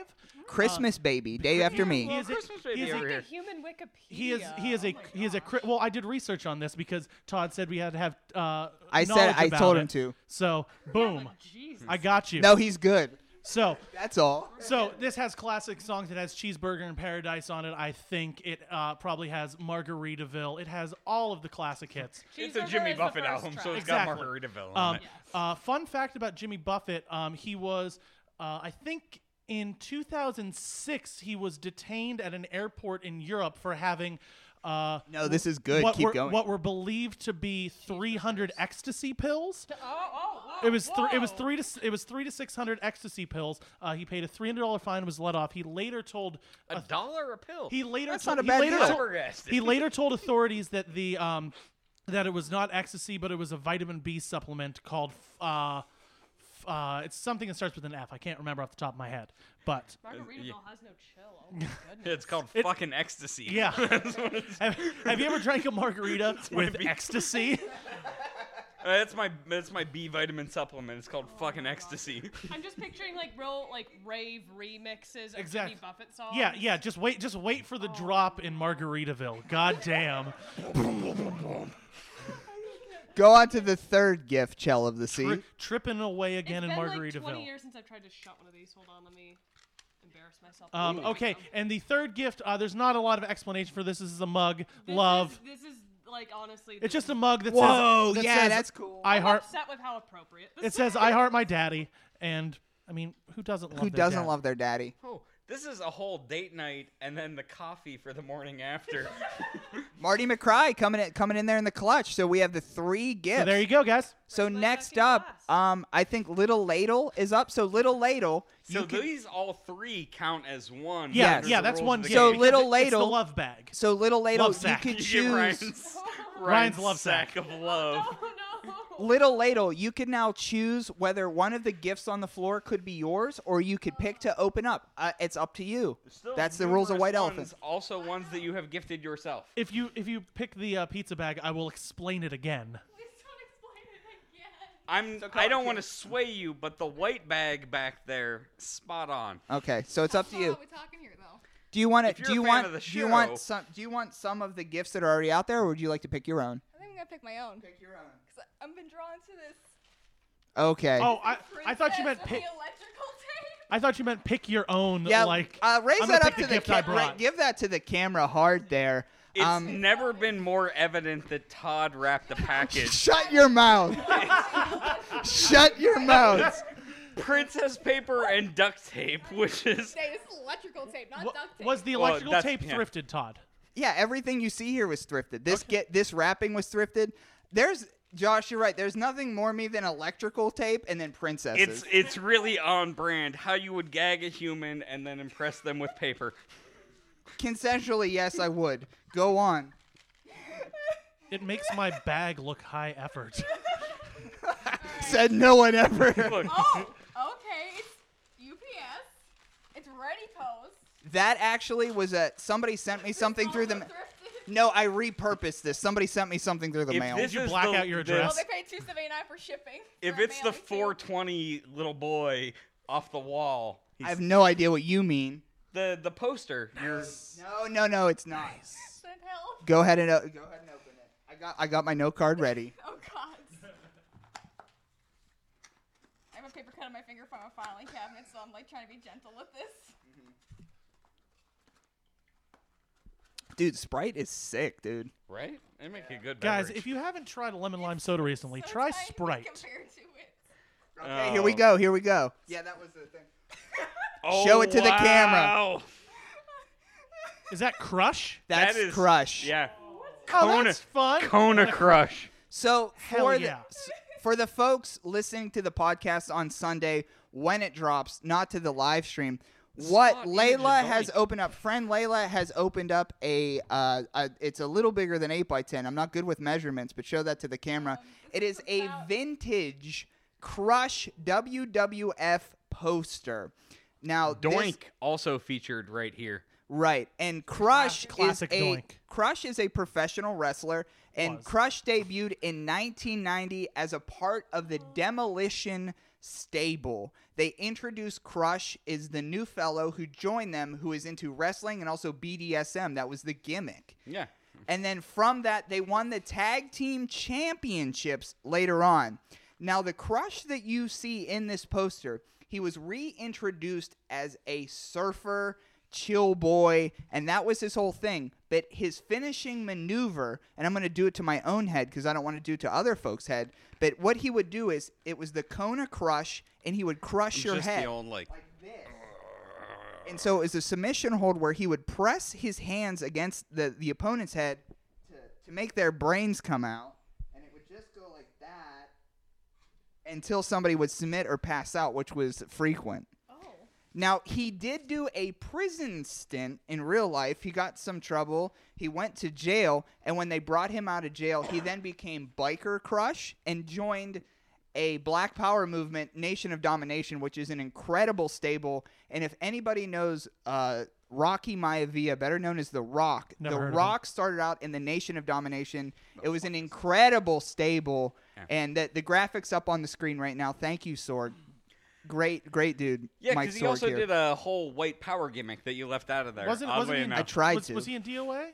D: Christmas baby, day after
F: He
D: me.
F: is a-
E: Christmas baby
F: he is a-
E: over
G: Like a
E: here.
G: human Wikipedia.
F: He is he is a he is a cri- well I did research on this because Todd said we had to have uh
D: I said-
F: knowledge
D: I
F: about
D: told
F: it.
D: him to.
F: So boom.
G: Jesus.
F: I got you.
D: No, he's good.
F: So
D: That's all.
F: so this has classic songs. It has Cheeseburger in Paradise on it. I think it uh, probably has Margaritaville. It has all of the classic hits.
E: It's a Jimmy Buffett album, so it's got
F: Exactly.
E: Margaritaville on
F: Um,
E: it.
F: uh, fun fact about Jimmy Buffett: um, he was, uh, I think, in 2006, he was detained at an airport in Europe for having. Uh,
D: No, this is good.
F: What
D: Keep
F: were,
D: going.
F: What were believed to be 300 ecstasy pills.
G: Oh, oh,
F: It was three. It was three to. s- It was three to six hundred ecstasy pills. Uh, he paid a three hundred dollar fine and was let off. He later told.
E: A dollar a pill.
F: He later.
D: That's
F: told,
D: not a
F: he
D: bad
F: later
D: deal.
F: told-
E: Flabbergasted.
F: he later told authorities that the um, that it was not ecstasy, but it was a vitamin B supplement called. f- Uh, f- uh, it's something that starts with an F. I can't remember off the top of my head, but
N: Margaritaville
E: yeah.
N: has no chill. Oh my goodness.
E: It's called
F: It-
E: fucking ecstasy.
F: yeah. have, have you ever drank a margarita with
E: be-
F: ecstasy?
E: Uh, that's my that's my B vitamin supplement. It's called fucking ecstasy.
N: I'm just picturing like real like rave remixes of
F: Exactly.
N: Jimmy Buffett songs.
F: Yeah, yeah. Just wait. Just wait for the
N: Oh.
F: drop in Margaritaville. God damn.
D: Go on to the third gift, Chell of the Sea.
F: Tri- tripping away
N: It's
F: again
N: been
F: in
N: like 20
F: Margaritaville.
N: years since I've tried to shut one of these. Hold on, let me embarrass myself. a
F: um,
N: little bit.
F: okay, and the third gift. Uh, there's not a lot of explanation for this. This is a mug.
N: This
F: Love.
N: Is, this is like honestly.
F: It's
N: the-
F: just a mug that
D: Whoa,
F: says. that
D: yeah,
F: says,
D: that's cool.
F: I
N: I'm
F: heart.
N: upset with how appropriate.
F: It
N: This
F: says I heart my daddy, and I mean, who doesn't love?
D: Who
F: their
D: doesn't
F: dad?
D: love their daddy?
E: Oh, this is a whole date night and then the coffee for the morning after.
D: Marty McCry coming in, coming in there in the clutch. So we have the three gifts.
F: So there you go, guys.
D: So
N: my
D: next
N: fucking
D: up,
N: glass.
D: um, I think Little Ladle is up. So Little Ladle,
E: so
D: you can,
E: these all three count as one.
F: Yeah,
E: under
F: yeah.
E: the
F: That's
E: rules
F: one.
E: of the
F: gift.
D: So
E: game.
D: little
F: It's- it's the
D: ladle-
F: love bag.
D: so Little Ladle,
F: Love
D: you
F: sack.
D: can
E: You get
D: choose.
E: Ryan's,
F: Ryan's love sack.
E: of love.
N: Oh no.
D: Little Ladle, you can now choose whether one of the gifts on the floor could be yours, or you could pick to open up. Uh, it's up to you.
E: Still
D: That's the rules of
E: numerous
D: White
E: ones,
D: Elephant.
E: Also, ones that you have gifted yourself.
F: If you if you pick the uh, pizza bag, I will explain it again.
I: Please don't explain it again.
E: I'm. I don't want to sway you, but the white bag back there, spot on.
D: Okay, so it's up to
I: How
D: you.
I: are we talking here though?
D: Do you want
E: If
D: to?
E: you're
D: Do
E: a
D: you
E: fan
D: want?
E: of the
D: do you
E: show-
D: want some? Do you want some of the gifts that are already out there, or would you like to pick your own?
I: I think I'm gonna pick my own.
D: Pick your own.
I: Cause I- I've been drawn to this.
D: Okay.
F: Oh, I I thought you
I: princess
F: meant
I: with
F: pick.
I: the electrical tape.
F: I thought you meant pick your own.
D: yeah.
F: like
D: uh, raise
F: I'm gonna
D: that up
F: pick
D: to the
F: the gift I
D: camera.
F: brought.
D: Give that to the camera hard there.
E: It's
D: um,
E: never been more evident that Todd wrapped a package.
D: shut your mouth. shut your mouth.
E: Princess paper and duct tape, which is
I: Say it's electrical tape, not
F: Wa-
I: duct tape.
F: Was the
E: Well,
F: electrical
E: that's-
F: tape
E: yeah.
F: thrifted, Todd?
D: Yeah, everything you see here was thrifted. This get this wrapping was thrifted. There's Josh, you're right. There's nothing more me than electrical tape and then princesses.
E: it's it's really on brand how you would gag a human and then impress them with paper.
D: Consensually, yes, I would. Go on.
F: It makes my bag look high effort.
D: Said no one ever.
E: Look,
I: oh, okay. It's UPS. It's Ready Post.
D: that actually was a somebody sent me something through the. Ma-
I: Thrifted.
D: no, I repurposed this. Somebody sent me something through the
E: if
D: mail.
E: this
F: you
E: is
F: black
E: the-
F: out your
E: the-
I: Well,
F: address?
I: they paid two seventy nine for shipping.
E: If
I: for
E: it's the
I: mailing, too.
E: 420 little boy off the wall,
D: I
E: he's-
D: have no idea what you mean.
E: the the poster. You're,
D: No, no, no, it's not.
I: Send help.
D: Go ahead and o- go ahead and open it. I got I got my note card ready.
I: Oh God. I have a paper cut on my finger from a filing cabinet, so I'm like trying to be gentle with this.
D: Dude, Sprite is sick, dude.
E: right? They make a good
F: Guys,
E: beverage.
F: if you haven't tried lemon lime soda recently,
I: So
F: try
I: tiny
F: Sprite.
I: Compared to it.
D: Okay, here we
E: Oh.
D: go. Here we go. Yeah, that was the thing.
E: Oh,
D: show it to the camera.
E: wow.
F: Is that Crush?
D: That's
E: That is-
D: Crush.
E: Yeah.
F: Oh,
E: Kona.
F: that's fun.
E: Kona Crush.
D: So
F: Hell
D: for
F: yeah.
D: the s- for the folks listening to the podcast on Sunday when it drops, not to the live stream, what
E: not images
D: Layla
E: only.
D: has opened up, friend Layla has opened up a, uh, a it's a little bigger than 8 by 10. I'm not good with measurements, but show that to the camera. it is a vintage Crush WWF poster. Now, this-
E: Doink also featured right here.
D: Right. And Crush
F: Classic
D: is a
F: doink.
D: Crush is a professional wrestler and
F: Was.
D: Crush debuted in 1990 as a part of the Demolition stable. They introduced Crush is the new fellow who joined them who is into wrestling and also BDSM. That was the gimmick.
E: Yeah.
D: And then from that, they won the tag team championships later on. Now, the crush that you see in this poster, he was reintroduced as a surfer, chill boy, and that was his whole thing. But his finishing maneuver, and I'm going to do it to my own head because I don't want to do it to other folks' head. But what he would do is it was the Kona crush, and he would crush your
E: Just
D: head
E: the old like
D: like this. And so it was a submission hold where he would press his hands against the, the opponent's head to, to make their brains come out. And it would just go like that. until somebody would submit or pass out, which was frequent.
I: Oh.
D: Now, he did do a prison stint in real life. He got some trouble. He went to jail, and when they brought him out of jail, he then became Biker Crush and joined a Black Power movement, Nation of Domination, which is an incredible stable. And if anybody knows uh, Rocky Maivia, better known as The Rock,
F: Never
D: The
F: heard of him.
D: Rock started out in the Nation of Domination. It was an incredible stable, and the, the graphics up on the screen right now. Thank you, Sorg. Great, great dude.
E: Yeah,
D: Mike
E: because he
D: Sorg
E: also
D: here.
E: did a whole white power gimmick that you left out of there.
F: Wasn't,
E: oddly
F: wasn't he in,
E: enough.
D: I tried
F: was,
D: to.
F: Was he in DOA?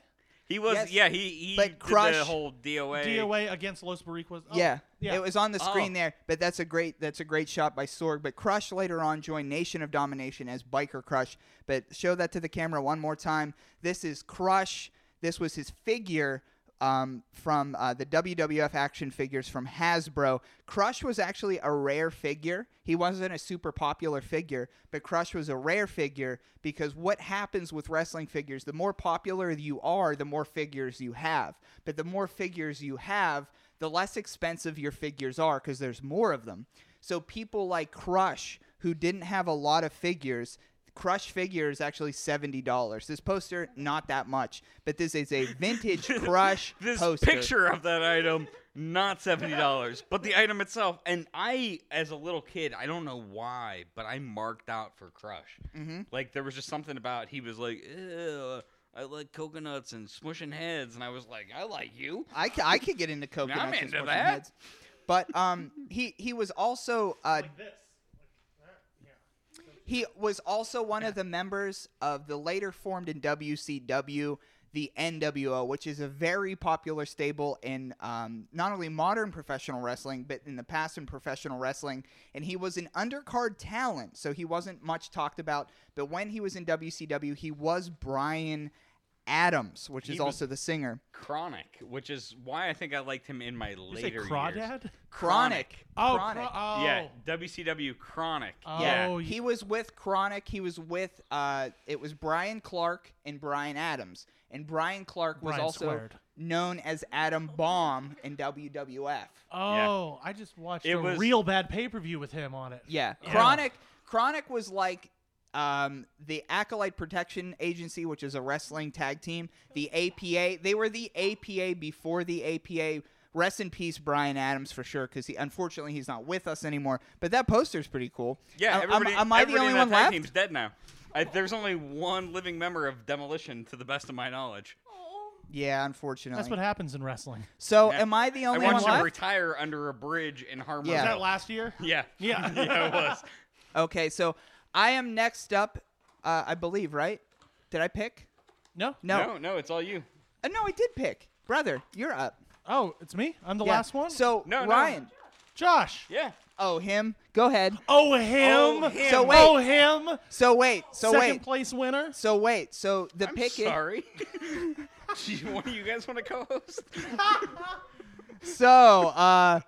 E: He was,
D: Yes,
E: yeah, he, he
D: but
E: did
D: Crush-
E: the whole DOA.
F: DOA against Los Barriquas. Oh,
D: yeah,
F: yeah.
D: it was on the
E: Oh.
D: screen there. But that's a great that's a great shot by Sorg. But Crush later on joined Nation of Domination as Biker Crush. But show that to the camera one more time. This is Crush. This was his figure. Um, from uh, the WWF action figures from Hasbro. Crush was actually a rare figure. He wasn't a super popular figure, but Crush was a rare figure because what happens with wrestling figures, the more popular you are, the more figures you have. But the more figures you have, the less expensive your figures are because there's more of them. So people like Crush, who didn't have a lot of figures, Crush figure is actually seventy dollars. This poster, not that much, but this is a vintage Crush
E: This
D: poster.
E: picture of that item, not $70, but the item itself. And I, as a little kid, I don't know why, but I marked out for Crush.
D: hmm
E: Like, there was just something about, he was like, "Ew, I like coconuts and smushing heads. And I was like, I like you.
D: I, ca- I could get into coconuts. and
E: into
D: squishing
E: that.
D: heads. But um, he he was also uh,
F: Like this.
D: he was also one of the members of the later formed in WCW the NWO, which is a very popular stable in um, not only modern professional wrestling but in the past in professional wrestling. And he was an undercard talent, so he wasn't much talked about. But when he was in WCW, he was Brian Adams, which
E: He
D: is
E: was-
D: also the singer.
E: Chronic, which is why I think I liked him in my
F: Did you
E: later
F: say
E: years.
F: Crawdad?
D: Chronic.
F: Oh,
D: Chronic.
F: Cro- oh.
E: Yeah, WCW Chronic.
F: Oh,
E: yeah.
F: y-
D: He was with Chronic. He was with uh, it was Brian Clark and Brian Adams, and Brian Clark was
F: Brian
D: also
F: squared.
D: known as Adam Bomb in WWF.
F: Oh, I just watched
E: It
F: a
E: was-
F: real bad pay per view with him on it.
D: Yeah,
F: Yeah.
D: Chronic. Chronic was like um, the Acolyte Protection Agency, which is a wrestling tag team. The APA. They were the APA before the APA. Rest in peace, Brian Adams, for sure, because he unfortunately he's not with us anymore. But that poster's pretty cool. Um,
E: Yeah,
D: Am- am-
E: everybody,
D: am I the
E: everybody
D: only
E: in that
D: one
E: tag
D: left?
E: team's dead now. I, there's only one living member of Demolition, to the best of my knowledge.
I: Oh.
D: Yeah, unfortunately.
F: That's what happens in wrestling.
D: So
E: Yeah.
D: am I the
E: I
D: only one
E: watched him
D: left?
E: retire under a bridge in Harmer.
D: Yeah.
F: Was that last year?
E: yeah.
F: Yeah.
E: yeah, it was.
D: okay, so I am next up. Uh, I believe, right? Did I pick?
F: No.
D: No.
E: no, no, it's all you.
D: Uh, no, I did pick. Brother, you're up.
F: Oh, it's me. I'm the
D: Yeah.
F: last one.
D: So
E: No, no.
D: Ryan.
F: Josh.
E: Yeah.
D: Oh, him. Go ahead.
F: Oh him.
E: Oh, him.
D: So wait.
F: Oh him.
D: So wait. So
F: Second
D: wait.
F: place winner.
D: so wait. So the
E: I'm
D: pick
E: sorry. Do you, one of you guys want to co-host?
D: is so uh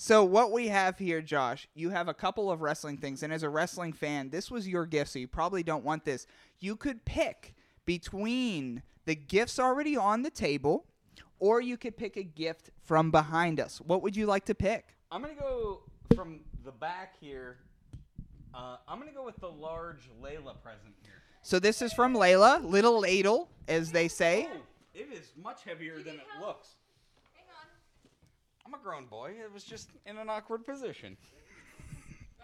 D: so what we have here, Josh, you have a couple of wrestling things, and as a wrestling fan, this was your gift, so you probably don't want this. You could pick between the gifts already on the table, or you could pick a gift from behind us. What would you like to pick?
E: I'm gonna go from the back here. Uh, I'm gonna go with the large Layla present here.
D: So this is from Layla, Little Ladle, as they say.
E: Oh. it is much heavier than it looks.
I: Hang on.
E: I'm a grown boy. It was just in an awkward position.
I: Do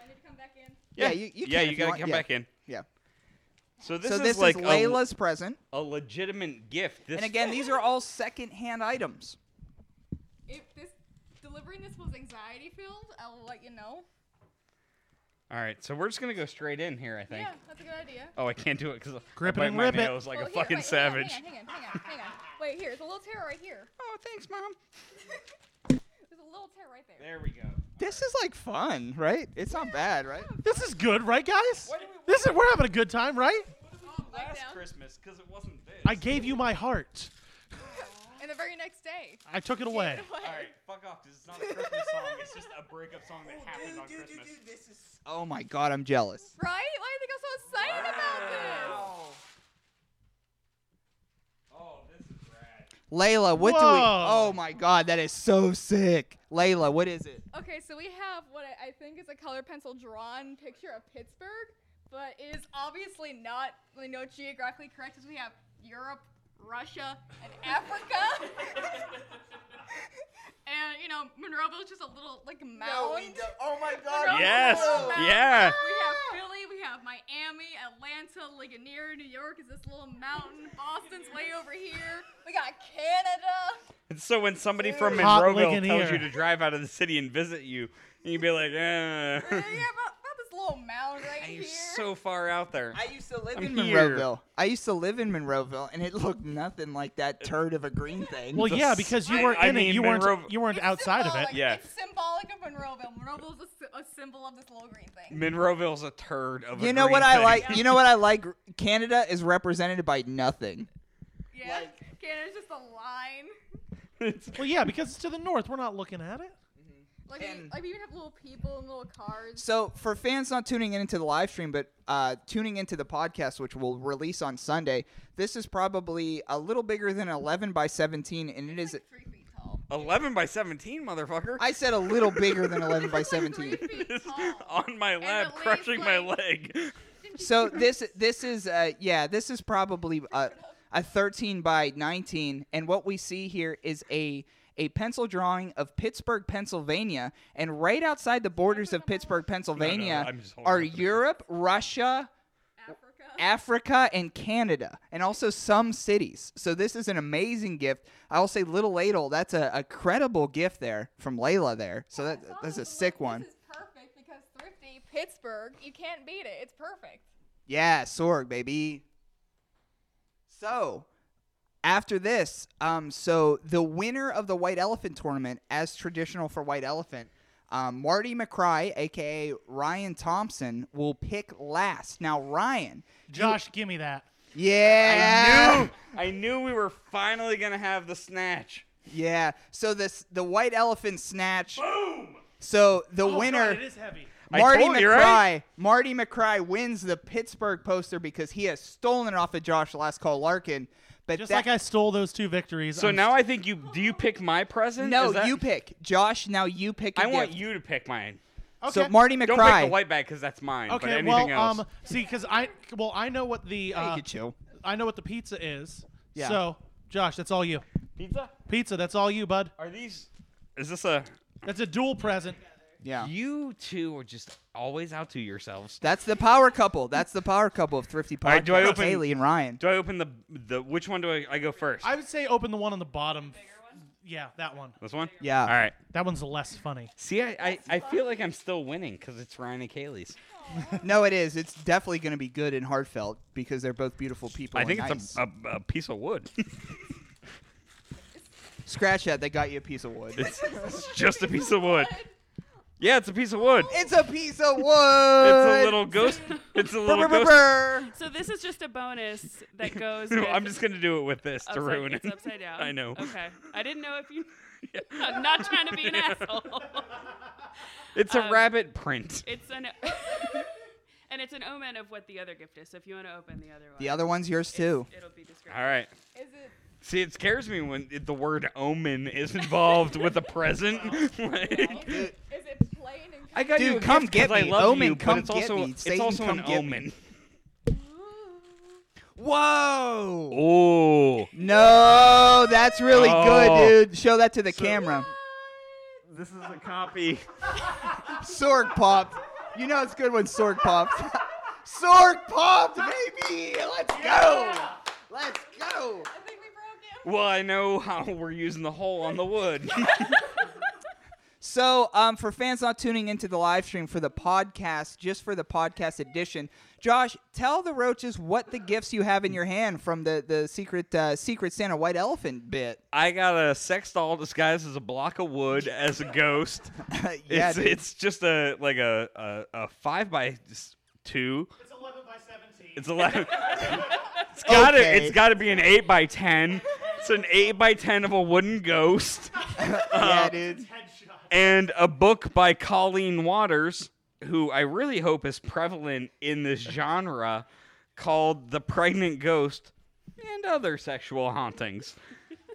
I: I need to come back in?
D: Yeah, you, you can if
E: gotta
D: want.
E: come
D: Yeah,
E: back in.
D: Yeah.
E: So this
D: so
E: is
D: this
E: like
D: is
E: a l-
D: Layla's present,
E: a, legitimate gift. This
D: and again, these are all secondhand items.
I: If this delivering this was anxiety filled, I'll let you know.
E: All right, so we're just gonna go straight in here. I think.
I: Yeah, that's a good idea.
E: Oh, I can't do it because
F: Grip it
E: I bite
F: and
E: my
F: rip it.
E: nails like
I: Well,
E: a
I: here,
E: fucking
I: wait, hang on,
E: savage.
I: Hang on, hang on, hang on, hang on. Wait, here, there's a little tear right here.
E: Oh, thanks, mom.
I: There's a little tear right there.
E: There we go.
D: This is like fun, right? It's not bad, right?
F: This is good, right, guys?
E: Why do we-
F: This is we're having a good time, right?
I: Oh, like
E: Last
I: down.
E: Christmas, because it wasn't this.
F: I gave you my heart.
I: And the very next day.
F: I took it away.
I: Gave it away.
E: All right, fuck off, 'cause it's not a Christmas song. It's just a breakup song that happened on Christmas.
D: Oh my god, I'm jealous.
I: Right? Why do you think I'm so excited about this?
E: Oh, this is rad.
D: Layla, what do we?
F: Whoa.
D: Oh my God, that is so sick. Layla, what is it?
I: Okay, so we have what I I think is a color pencil drawn picture of Pittsburgh, but it is obviously not, you know, geographically correct as we have Europe, Russia, and Africa. and, you know, Monroeville's just a little, like, mound.
D: Oh my
I: Monroeville's
E: Yes,
I: just a mound.
E: yeah.
I: We have Philly, we have Miami, Atlanta, Ligonier, New York is this little mountain. Boston's way over here. We got Canada.
E: And so when somebody from
F: Hot
E: Monroeville tells
F: Ligonier.
E: you to drive out of the city and visit you, and you'd be like,
I: yeah,
E: eh.
I: about, about this little mound right
E: You're
I: here.
E: so far out there.
D: I used to live
E: I'm
D: in
E: here.
D: Monroeville. I used to live in Monroeville, and it looked nothing like that turd of a green thing.
F: Well,
E: The
F: yeah,
E: s-
F: because you
E: I-
F: weren't
E: I
F: in it.
E: mean,
F: You weren't.
E: Monroe-
F: You weren't
I: It's
F: outside of
I: symbolic.
E: Yeah.
I: It's symbolic of Monroeville. Monroeville's a, sy- a symbol of this little green thing.
E: Monroeville's a turd of a
D: You know
E: green
D: what I
E: thing.
D: like? You know what I like? Canada is represented by nothing.
I: Yeah. Canada's just a line.
F: Well, yeah, because it's to the north. We're not looking at it.
I: Like, we, like we even have little people and little cars.
D: So for fans not tuning in into the live stream, but uh, tuning into the podcast, which we'll release on Sunday, this is probably a little bigger than 11 by 17, and it is.
I: Three feet tall.
E: 11 by 17, motherfucker.
D: I said a little bigger than 11 by 17.
I: Three feet tall.
E: on my lap,
I: at least,
E: crushing my
I: like-
E: leg.
D: So this this is uh, yeah, this is probably a, a 13 by 19, and what we see here is a a pencil drawing of Pittsburgh, Pennsylvania, and right outside the borders of Pittsburgh, Pennsylvania
E: I'm just holding
D: are
E: on to the-
D: Europe, Russia,
I: Africa.
D: Africa and Canada, and also some cities. So this is an amazing gift. I'll say Little Ladle, that's a, a credible gift there from Layla there. So that, that's a
I: Look,
D: sick one.
I: This is perfect because thrifty Pittsburgh, you can't beat it. It's perfect.
D: Yeah, Sorg, baby. So after this, um, so the winner of the White Elephant tournament, as traditional for White Elephant, um, Marty McCry, aka Ryan Thompson, will pick last. Now Ryan,
F: Josh, give me that.
D: yeah,
E: I knew, I knew we were finally going to have the snatch.
D: Yeah. So this the white elephant snatch. Boom. So the winner
F: Oh, it is heavy.
E: Oh, I
D: Marty
E: told
D: McCry.
E: you, right?
D: Marty McCry wins the Pittsburgh poster because he has stolen it off of Josh Last Call Larkin. But
F: Just
D: that,
F: like I stole those two victories.
E: So
F: I'm
E: now I think you do you pick my present?
D: no,
E: Is that-
D: you pick Josh. Now you pick. a
E: I want
D: gift.
E: you to pick mine.
D: So
F: Okay.
D: Marty
E: Don't
D: McCry.
E: pick the white bag because that's mine. but
F: Okay,
E: anything
F: well,
E: else.
F: um, see, because I well, I know what the
D: you
F: uh,
D: could chill.
F: I know what the pizza is.
D: Yeah.
F: So, Josh, that's all you.
E: Pizza?
F: Pizza, that's all you, bud.
E: Are these? Is this a?
F: That's a dual present.
D: yeah.
E: You two are just always out to yourselves.
D: That's the power couple. That's the power couple of Thrifty Podcast.
E: right, do I open-
D: Haley and Ryan.
E: Do I open the the? Which one do I, I go first?
F: I would say open the one on the bottom. Yeah, that one.
E: this one.
D: Yeah.
E: All right.
F: That one's less funny.
E: See, I I, I feel like I'm still winning because it's Ryan and Kaylee's.
D: No, it is. It's definitely going to be good and heartfelt because they're both beautiful people.
E: I
D: and
E: think
D: nice.
E: it's a, a, a piece of wood.
D: scratch that. They got you a piece of wood.
E: it's, it's just a piece of wood. Yeah, it's a piece of wood.
D: It's a piece of wood.
N: Uh,
E: It's a little ghost. It's a little ghost.
D: Brr.
N: So this is just a bonus that goes. with
E: I'm just gonna do it with this to
N: upside,
E: ruin it.
N: It's upside down.
E: I know.
N: Okay. I didn't know if you. I'm not trying to be an asshole.
E: It's a
N: Um,
E: rabbit print.
N: It's an. and it's an omen of what the other gift is. So if you want to open the other one.
D: The other one's yours too.
N: It'll be described.
E: All right.
I: Is it?
E: See, it scares me when it, the word omen is involved with a present. Like,
I: Is it, is it plain and
E: I got
D: Dude,
E: you a
D: come
E: gift
D: get
E: 'cause I
D: me.
E: love
D: Omen,
E: you,
D: come
E: but it's
D: get
E: also
D: me.
E: it's
D: Satan,
E: also
D: come
E: an
D: get me.
E: omen.
D: Whoa!
E: Oh,
D: No, that's really
E: Oh.
D: good, dude. Show that to the camera.
E: this is a copy.
D: Sorg popped. You know it's good when Sorg popped. Sorg popped, baby. Let's go. Let's go.
I: I think we broke him.
E: Well, I know how we're using the hole on the wood.
D: So, um, for fans not tuning into the live stream for the podcast, just for the podcast edition, Josh, tell the roaches what the gifts you have in your hand from the the secret uh, secret Santa white elephant bit.
E: I got a sex doll disguised as a block of wood as a ghost.
D: yeah,
E: it's,
D: dude.
E: it's just a like a a, a five by s- two.
O: It's 11 by 17.
E: It's eleven. it's gotta
D: Okay.
E: it's gotta be an eight by ten. It's an eight by ten of a wooden ghost
D: yeah, dude.
O: Headshot.
E: and a book by Colleen Waters, who I really hope is prevalent in this genre, called "The Pregnant Ghost and Other Sexual Hauntings."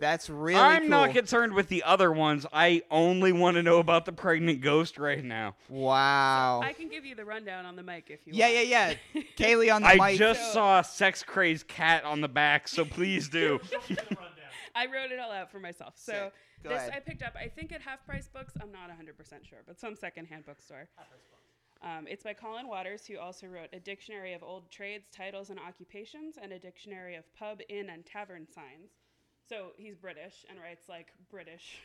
D: That's really
E: I'm
D: cool.
E: not concerned with the other ones. I only want to know about the pregnant ghost right now.
D: Wow.
N: I can give you the rundown on the mic if you
D: Yeah,
N: want.
D: yeah, yeah. Kaylee on the
E: I
D: mic.
E: just saw a sex crazed cat on the back, so please do.
N: I wrote it all out for myself. So
E: Sick. Go
N: this
E: ahead.
N: I picked up, I think at Half Price Books. I'm not 100% sure, but some secondhand bookstore. Um, it's by Colin Waters, who also wrote A Dictionary of Old Trades, Titles, and Occupations, and A Dictionary of Pub, Inn, and Tavern Signs. So he's British and writes like British.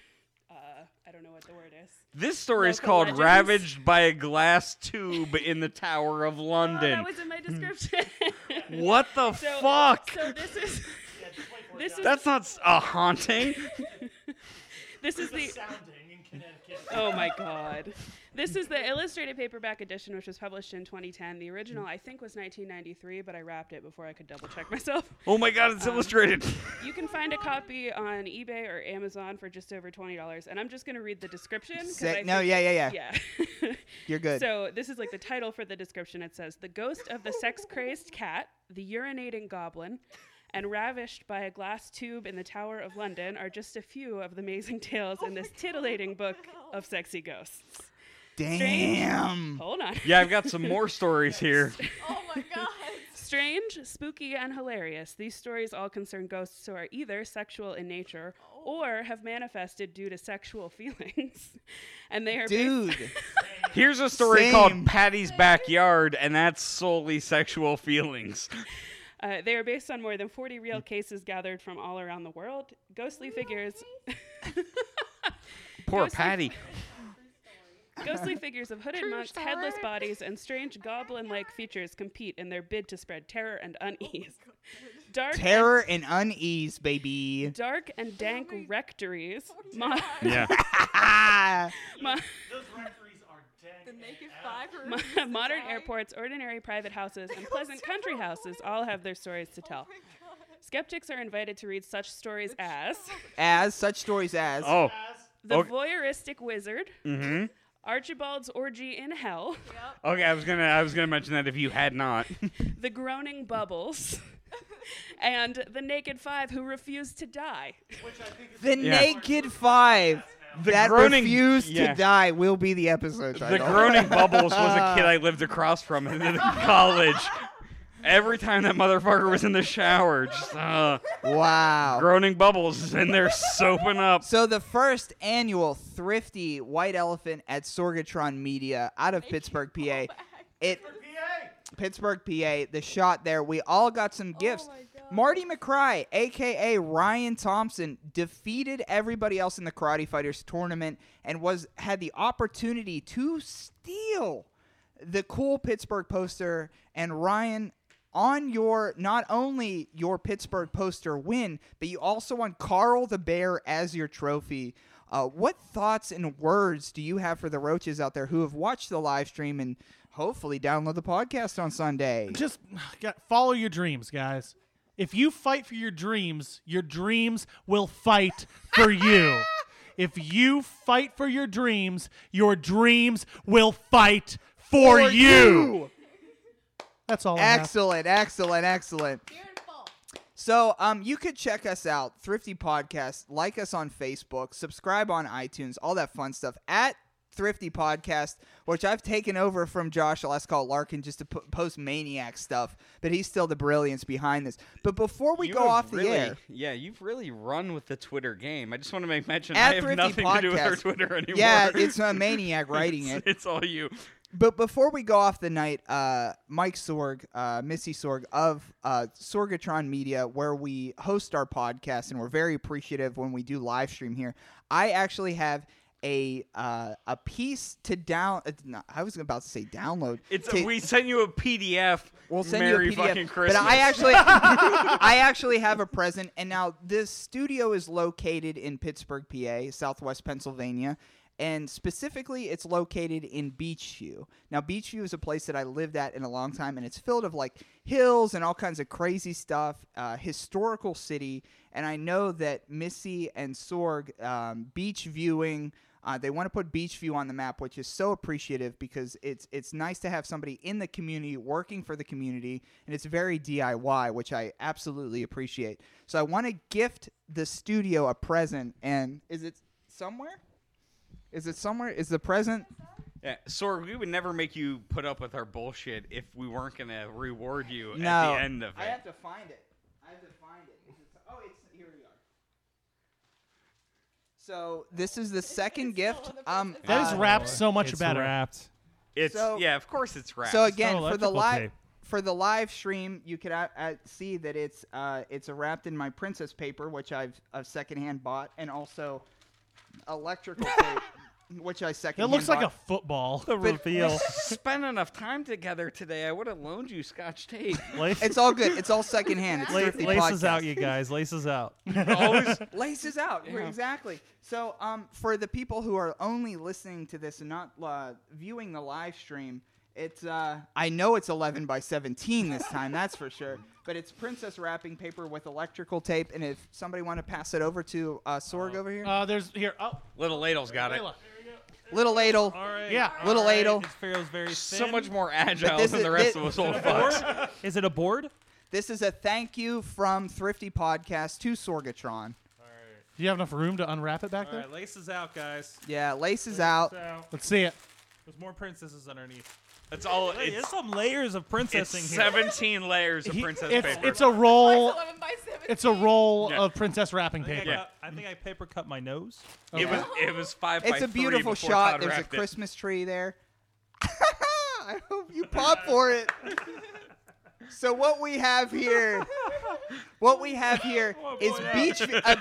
N: Uh, I don't know what the word is.
E: This story is
N: Local
E: called
N: legends.
E: Ravaged by a Glass Tube in the Tower of
N: Oh,
E: London.
N: that was in my description.
E: What the
N: So-
E: fuck?
N: So this is. This is
E: That's not s- a haunting.
N: This is the Oh my god. This is the illustrated paperback edition, which was published in 2010. The original, I think, was 1993, but I wrapped it before I could double check myself.
E: Oh my god, it's illustrated.
N: You can find a copy on eBay or Amazon for just over $20. And I'm just going to read the description. 'cause
D: Sick.
N: I
D: No,
N: think-
D: yeah, yeah, yeah.
N: Yeah.
D: You're good.
N: So this is like the title for the description. It says The Ghost of the Sex Crazed Cat, the Urinating Goblin, and Ravished by a Glass Tube in the Tower of London are just a few of the amazing tales in this titillating book of sexy ghosts. Strange-
D: Mm.
E: Damn.
N: Hold on.
E: yeah, I've got some more stories here.
N: Oh my god. Strange, spooky, and hilarious. These stories all concern ghosts who are either sexual in nature or have manifested due to sexual feelings. and they are based-
D: Dude.
E: Here's a story called Patty's Backyard, and that's solely sexual feelings.
N: Uh, they are based on more than 40 real
E: Mm.
N: cases gathered from all around the world. Ghostly figures.
E: Poor
N: Ghostly-
E: Patty.
N: Ghostly figures of hooded
P: True
N: monks,
P: story.
N: headless bodies, and strange goblin like features compete in their bid to spread terror
P: Oh
N: and unease. Dark
D: Terror and unease, baby.
N: Dark and dank rectories. Mon-
D: Yeah.
N: Mon-
I: The naked five or
N: Mo- modern airports, ordinary private houses, and pleasant country houses all have their stories
P: Oh
N: to tell. Skeptics are invited to read such stories as
D: As such stories as.
E: Oh.
N: The
E: Okay.
N: Voyeuristic Wizard,
E: Mm-hmm.
N: Archibald's Orgy in Hell,
E: Okay, I was gonna, I was gonna mention that if you had not.
N: The Groaning Bubbles, and The Naked Five Who Refuse to Die.
D: The
E: Yeah.
D: Naked Five
E: The
D: that
E: groaning-
D: refused
E: yeah.
D: to die will be the episode
E: The
D: title.
E: groaning bubbles was a kid I lived across from in college. Every time that motherfucker was in the shower, just uh,
D: wow,
E: groaning bubbles is in there soaping up.
D: So the first annual thrifty white elephant at Sorgatron Media out of Pittsburgh, PA. It Pittsburgh, PA. The shot there. We all got some gifts. Marty McCry, aka Ryan Thompson, defeated everybody else in the Karate Fighters tournament and was had the opportunity to steal the cool Pittsburgh poster and Ryan on your not only your Pittsburgh poster win, but you also won Carl the Bear as your trophy. Uh, what thoughts and words do you have for the roaches out there who have watched the live stream and hopefully download the podcast on Sunday?
F: Just got, follow your dreams, guys. If you fight for your dreams, your dreams will fight for you. if you fight for your dreams, your dreams will fight for,
D: For you.
F: That's all. I have.
D: Excellent, excellent, excellent. So, um, you could check us out, Thrifty Podcast. Like us on Facebook, subscribe on iTunes, all that fun stuff at Thrifty Podcast, which I've taken over from Josh Alaskal Larkin just to put, post maniac stuff, but he's still the brilliance behind this. But before we
E: You
D: go
E: have
D: off the
E: really-
D: air,
E: Yeah, you've really run with the Twitter game. I just want to make mention
D: At
E: I have
D: Thrifty
E: nothing to do with our
D: Podcast.
E: Twitter anymore.
D: Yeah, it's a maniac writing
E: It's-
D: it.
E: It's all you.
D: But before we go off the night, uh, Mike Sorg, uh, Missy Sorg of uh, Sorgatron Media, where we host our podcast, and we're very appreciative when we do live stream here. I actually have a uh, a piece to down. Uh, no, I was about to say download.
E: It's
D: to-
E: we sent you a PDF.
D: We'll send
E: Merry
D: you a
E: fucking
D: PDF.
E: Christmas.
D: But I actually, I actually have a present. And now this studio is located in Pittsburgh, PA, Southwest Pennsylvania, and specifically, it's located in Beachview. Now, Beachview is a place that I lived at in a long time, and it's filled of like hills and all kinds of crazy stuff. Uh, historical city, and I know that Missy and Sorg um, beach viewing. Uh, they want to put Beachview on the map, which is so appreciative because it's it's nice to have somebody in the community working for the community, and it's very DIY, which I absolutely appreciate. So I want to gift the studio a present, and is it somewhere? Is it somewhere? Is the present?
Q: Yeah, Sorg, we would never make you put up with our bullshit if we weren't gonna reward you at
D: No.
Q: the end of
D: I
Q: it.
D: have to find it. I have to find it. Is it- oh, it's here we are. So this is the second gift. Um,
F: That is wrapped so much
M: It's
F: better.
M: wrapped.
Q: It's
D: So-
Q: yeah, of course it's wrapped.
D: So
M: Oh,
D: again, for the
F: electrical
D: live
F: tape.
D: for the live stream, you could uh, uh, see that it's uh, it's wrapped in my princess paper, which I've of secondhand bought, and also electrical tape, which I
F: It
D: secondhand.
F: looks like a
D: bought.
F: football.
D: The But- reveal.
Q: spent enough time together today. I would have loaned you Scotch tape.
M: Lace-
D: It's all good. It's all secondhand. It's
M: La-
D: thrifty
M: laces
D: podcast.
M: out, you guys. Laces out.
D: laces out We're- exactly so um, for the people who are only listening to this and not uh, viewing the live stream it's uh, i know it's 11 by 17 this time that's for sure but it's princess wrapping paper with electrical tape and if somebody want to pass it over to uh, sorg over here
F: Uh, there's here. Oh,
Q: Little Ladle's got it.
F: Layla.
D: little ladle
F: Yeah.
D: little ladle
M: It feels very
Q: So
M: thin.
Q: much more agile
D: this
Q: than
D: is-
Q: the rest
D: thi-
Q: of us old fucks.
M: Is it a board?
D: this is a thank you from thrifty podcast to sorgatron
F: Do you have enough room to unwrap it back
M: All
F: there?
M: right, laces out, guys.
D: yeah laces out
F: Let's see it.
M: There's more princesses underneath.
Q: It's all
M: Wait,
Q: it's,
M: there's some layers of
Q: it's
M: princessing here.
Q: seventeen layers of
F: He-
Q: princess
F: it's,
Q: paper.
F: it's a roll.
I: 11 by 17.
F: It's a roll
Q: Yeah.
F: of princess wrapping
M: I think,
F: paper.
M: I,
Q: Yeah.
M: cut, I think I paper cut my nose.
Q: It was it was five. by
D: it's a
Q: three
D: beautiful
Q: before
D: shot
Q: Todd
D: there's a
Q: wrapped it.
D: christmas tree there i hope you pop for it so what we have here what we have here
Q: Oh,
D: is beach a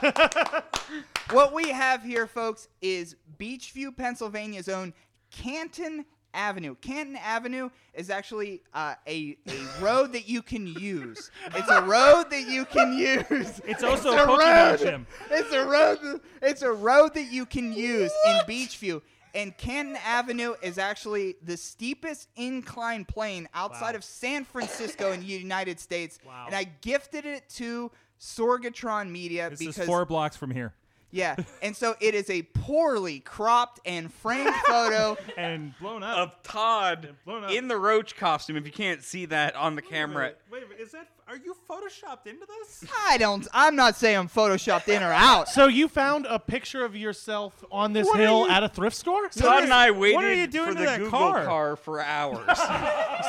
D: beach what we have here folks is beachview pennsylvania's own canton avenue canton avenue is actually uh, a, a road that you can use it's a road that you can use
M: It's also
D: a
M: a Pokemon
D: road.
M: gym.
D: It's a road. It's a road that you can use in Beachview. And Canton Avenue is actually the steepest incline plane outside
M: Wow.
D: of San Francisco in the United States.
M: Wow.
D: And I gifted it to Sorgatron Media
M: This
D: because
M: is four blocks from here.
D: yeah, and so it is a poorly cropped and framed photo.
M: And
F: Blown up.
Q: of Todd
M: blown up.
Q: in the Roach costume. If you can't see that on the camera,
M: Wait a minute, is that are you photoshopped into this?
D: I don't. I'm not saying I'm photoshopped in or out.
F: So you found a picture of yourself on this
M: What are
F: hill
M: you-
F: at a thrift store?
Q: Todd and I waited
M: what are you doing
Q: for
M: to
Q: the
M: that
Q: Google
M: car?
Q: for hours.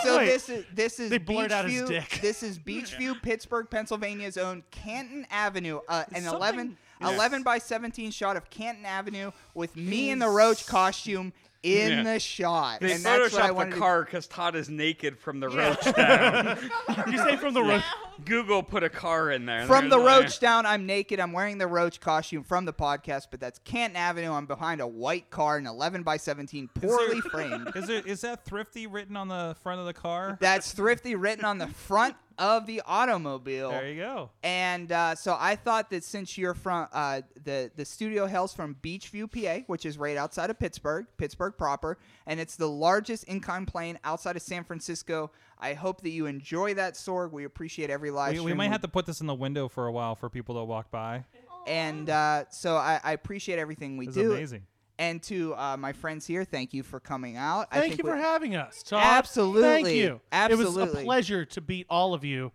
D: So
F: Wait.
D: this is this is
F: They blurred out his
D: Beachview-
F: dick.
D: This is Beachview, Pittsburgh, Pennsylvania's own Canton Avenue, uh, an
M: something-
D: 11,
M: Yes.
D: 11 by 17 shot of Canton Avenue with me in the roach costume in
Q: Yeah.
D: the shot.
Q: they
D: and that's what I
Q: photoshopped
D: wanted
Q: the
D: to-
Q: car because Todd is naked from the Roach down.
F: you say from the road.
Q: Google put a car in there.
D: from the
Q: There's no-
D: roach down, I'm naked. I'm wearing the roach costume from the podcast, but that's Canton Avenue. I'm behind a white car, an 11 by 17, poorly framed.
M: Is it is that thrifty written on the front of the car?
D: That's thrifty written on the front of the automobile.
M: There you go.
D: And uh, so I thought that since you're from uh, the the studio hails from Beachview, PA, which is right outside of Pittsburgh, Pittsburgh proper, and it's the largest incline plane outside of San Francisco. I hope that you enjoy that, Sorg. We appreciate every live
M: We, we
D: stream.
M: might have to put this in the window for a while for people to walk by.
D: And uh, so I, I appreciate everything we
M: This is
D: do.
M: amazing.
D: And to uh, my friends here, thank you for coming out. I
F: Thank
D: think
F: you
D: we-
F: for having us, Todd. Thank
D: Absolutely.
F: you. It was
D: Absolutely.
F: a pleasure to beat all of you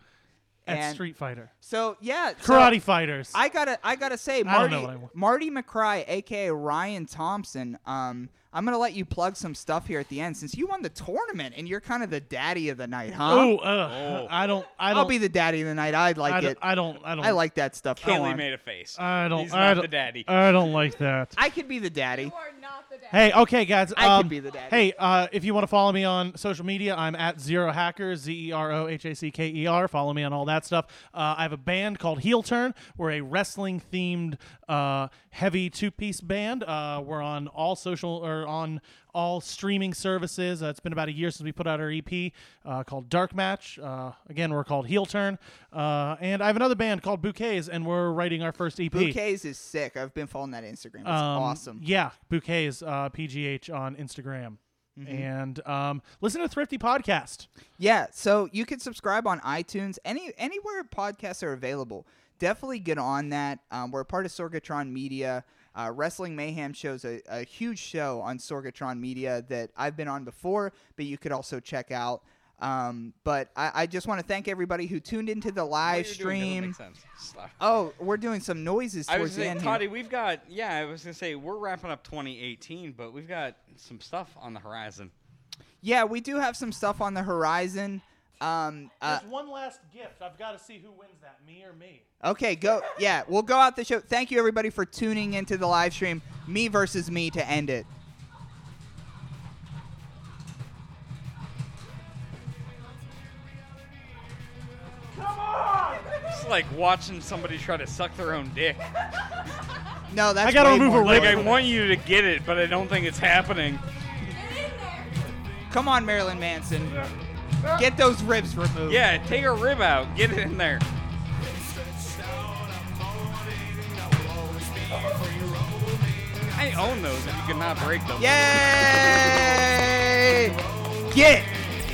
F: at
D: And-
F: Street Fighter.
D: So yeah, so-
F: Karate fighters.
D: I gotta, I gotta say,
F: I don't
D: Marty,
F: know what I want.
D: Marty McCry, aka Ryan Thompson. Um, I'm gonna let you plug some stuff here at the end since you won the tournament and you're kind of the daddy of the night, huh?
F: oh, uh, I don't. I don't.
D: I'll be the daddy of the night. I like
F: I
D: it.
F: don't, I don't. I don't.
D: I like that stuff. Go
Q: Haley
D: on.
Q: made a face.
F: I don't.
Q: He's
F: I
Q: not
F: don't
Q: the daddy.
F: I don't like that.
D: I could be the daddy.
I: You are not the dad.
F: Hey, okay, guys.
D: I could
F: um,
D: be the daddy.
F: Hey, uh, if you want to follow me on social media, I'm at Zero Hacker, Z E R O H A C K E R. Follow me on all that stuff. Uh, I have a band called Heel Turn. We're a wrestling themed, uh, heavy two piece band. Uh, we're on all social or on all streaming services. Uh, it's been about a year since we put out our EP uh, called Dark Match. Uh, again, we're called Heel Turn. Uh, and I have another band called Bouquets, and we're writing our first E EP.
D: Bouquets is sick. I've been following that Instagram. It's
F: Um,
D: awesome.
F: Yeah, bouquets uh, PGH on Instagram.
D: Mm-hmm.
F: And um, listen to Thrifty Podcast.
D: Yeah, so you can subscribe on iTunes, any anywhere podcasts are available. Definitely get on that. Um, we're a part of Sorgatron Media. Uh, Wrestling Mayhem shows a, a huge show on Sorgatron Media that I've been on before, but you could also check out. Um, but I, I just want to thank everybody who tuned into the live
E: you're doing doesn't
D: stream.
E: make sense. Stop.
D: Oh, we're doing some noises
E: I
D: towards
E: was
D: the
E: saying,
D: end.
E: Toddy,
D: here.
E: we've got yeah. I was gonna say we're wrapping up 2018, but we've got some stuff on the horizon.
D: Yeah, we do have some stuff on the horizon. Um, uh,
F: There's one last gift. I've got to see who wins that, me or me.
D: Okay, go. Yeah, we'll go out the show. Thank you, everybody, for tuning into the live stream. Me versus me to end it.
R: Come on!
E: It's like watching somebody try to suck their own dick.
D: No, that's
E: gotta
D: way more
E: Like I
D: noisy.
E: want you to get it, but I don't think it's happening.
D: Come on, Marilyn Manson. Get those ribs removed.
E: Yeah, take a rib out. Get it in there. I own those if you cannot break them.
D: Yay! Get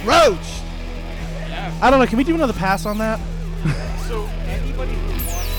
D: roached.
F: I don't know. Can we do another pass on that?
E: So anybody who wants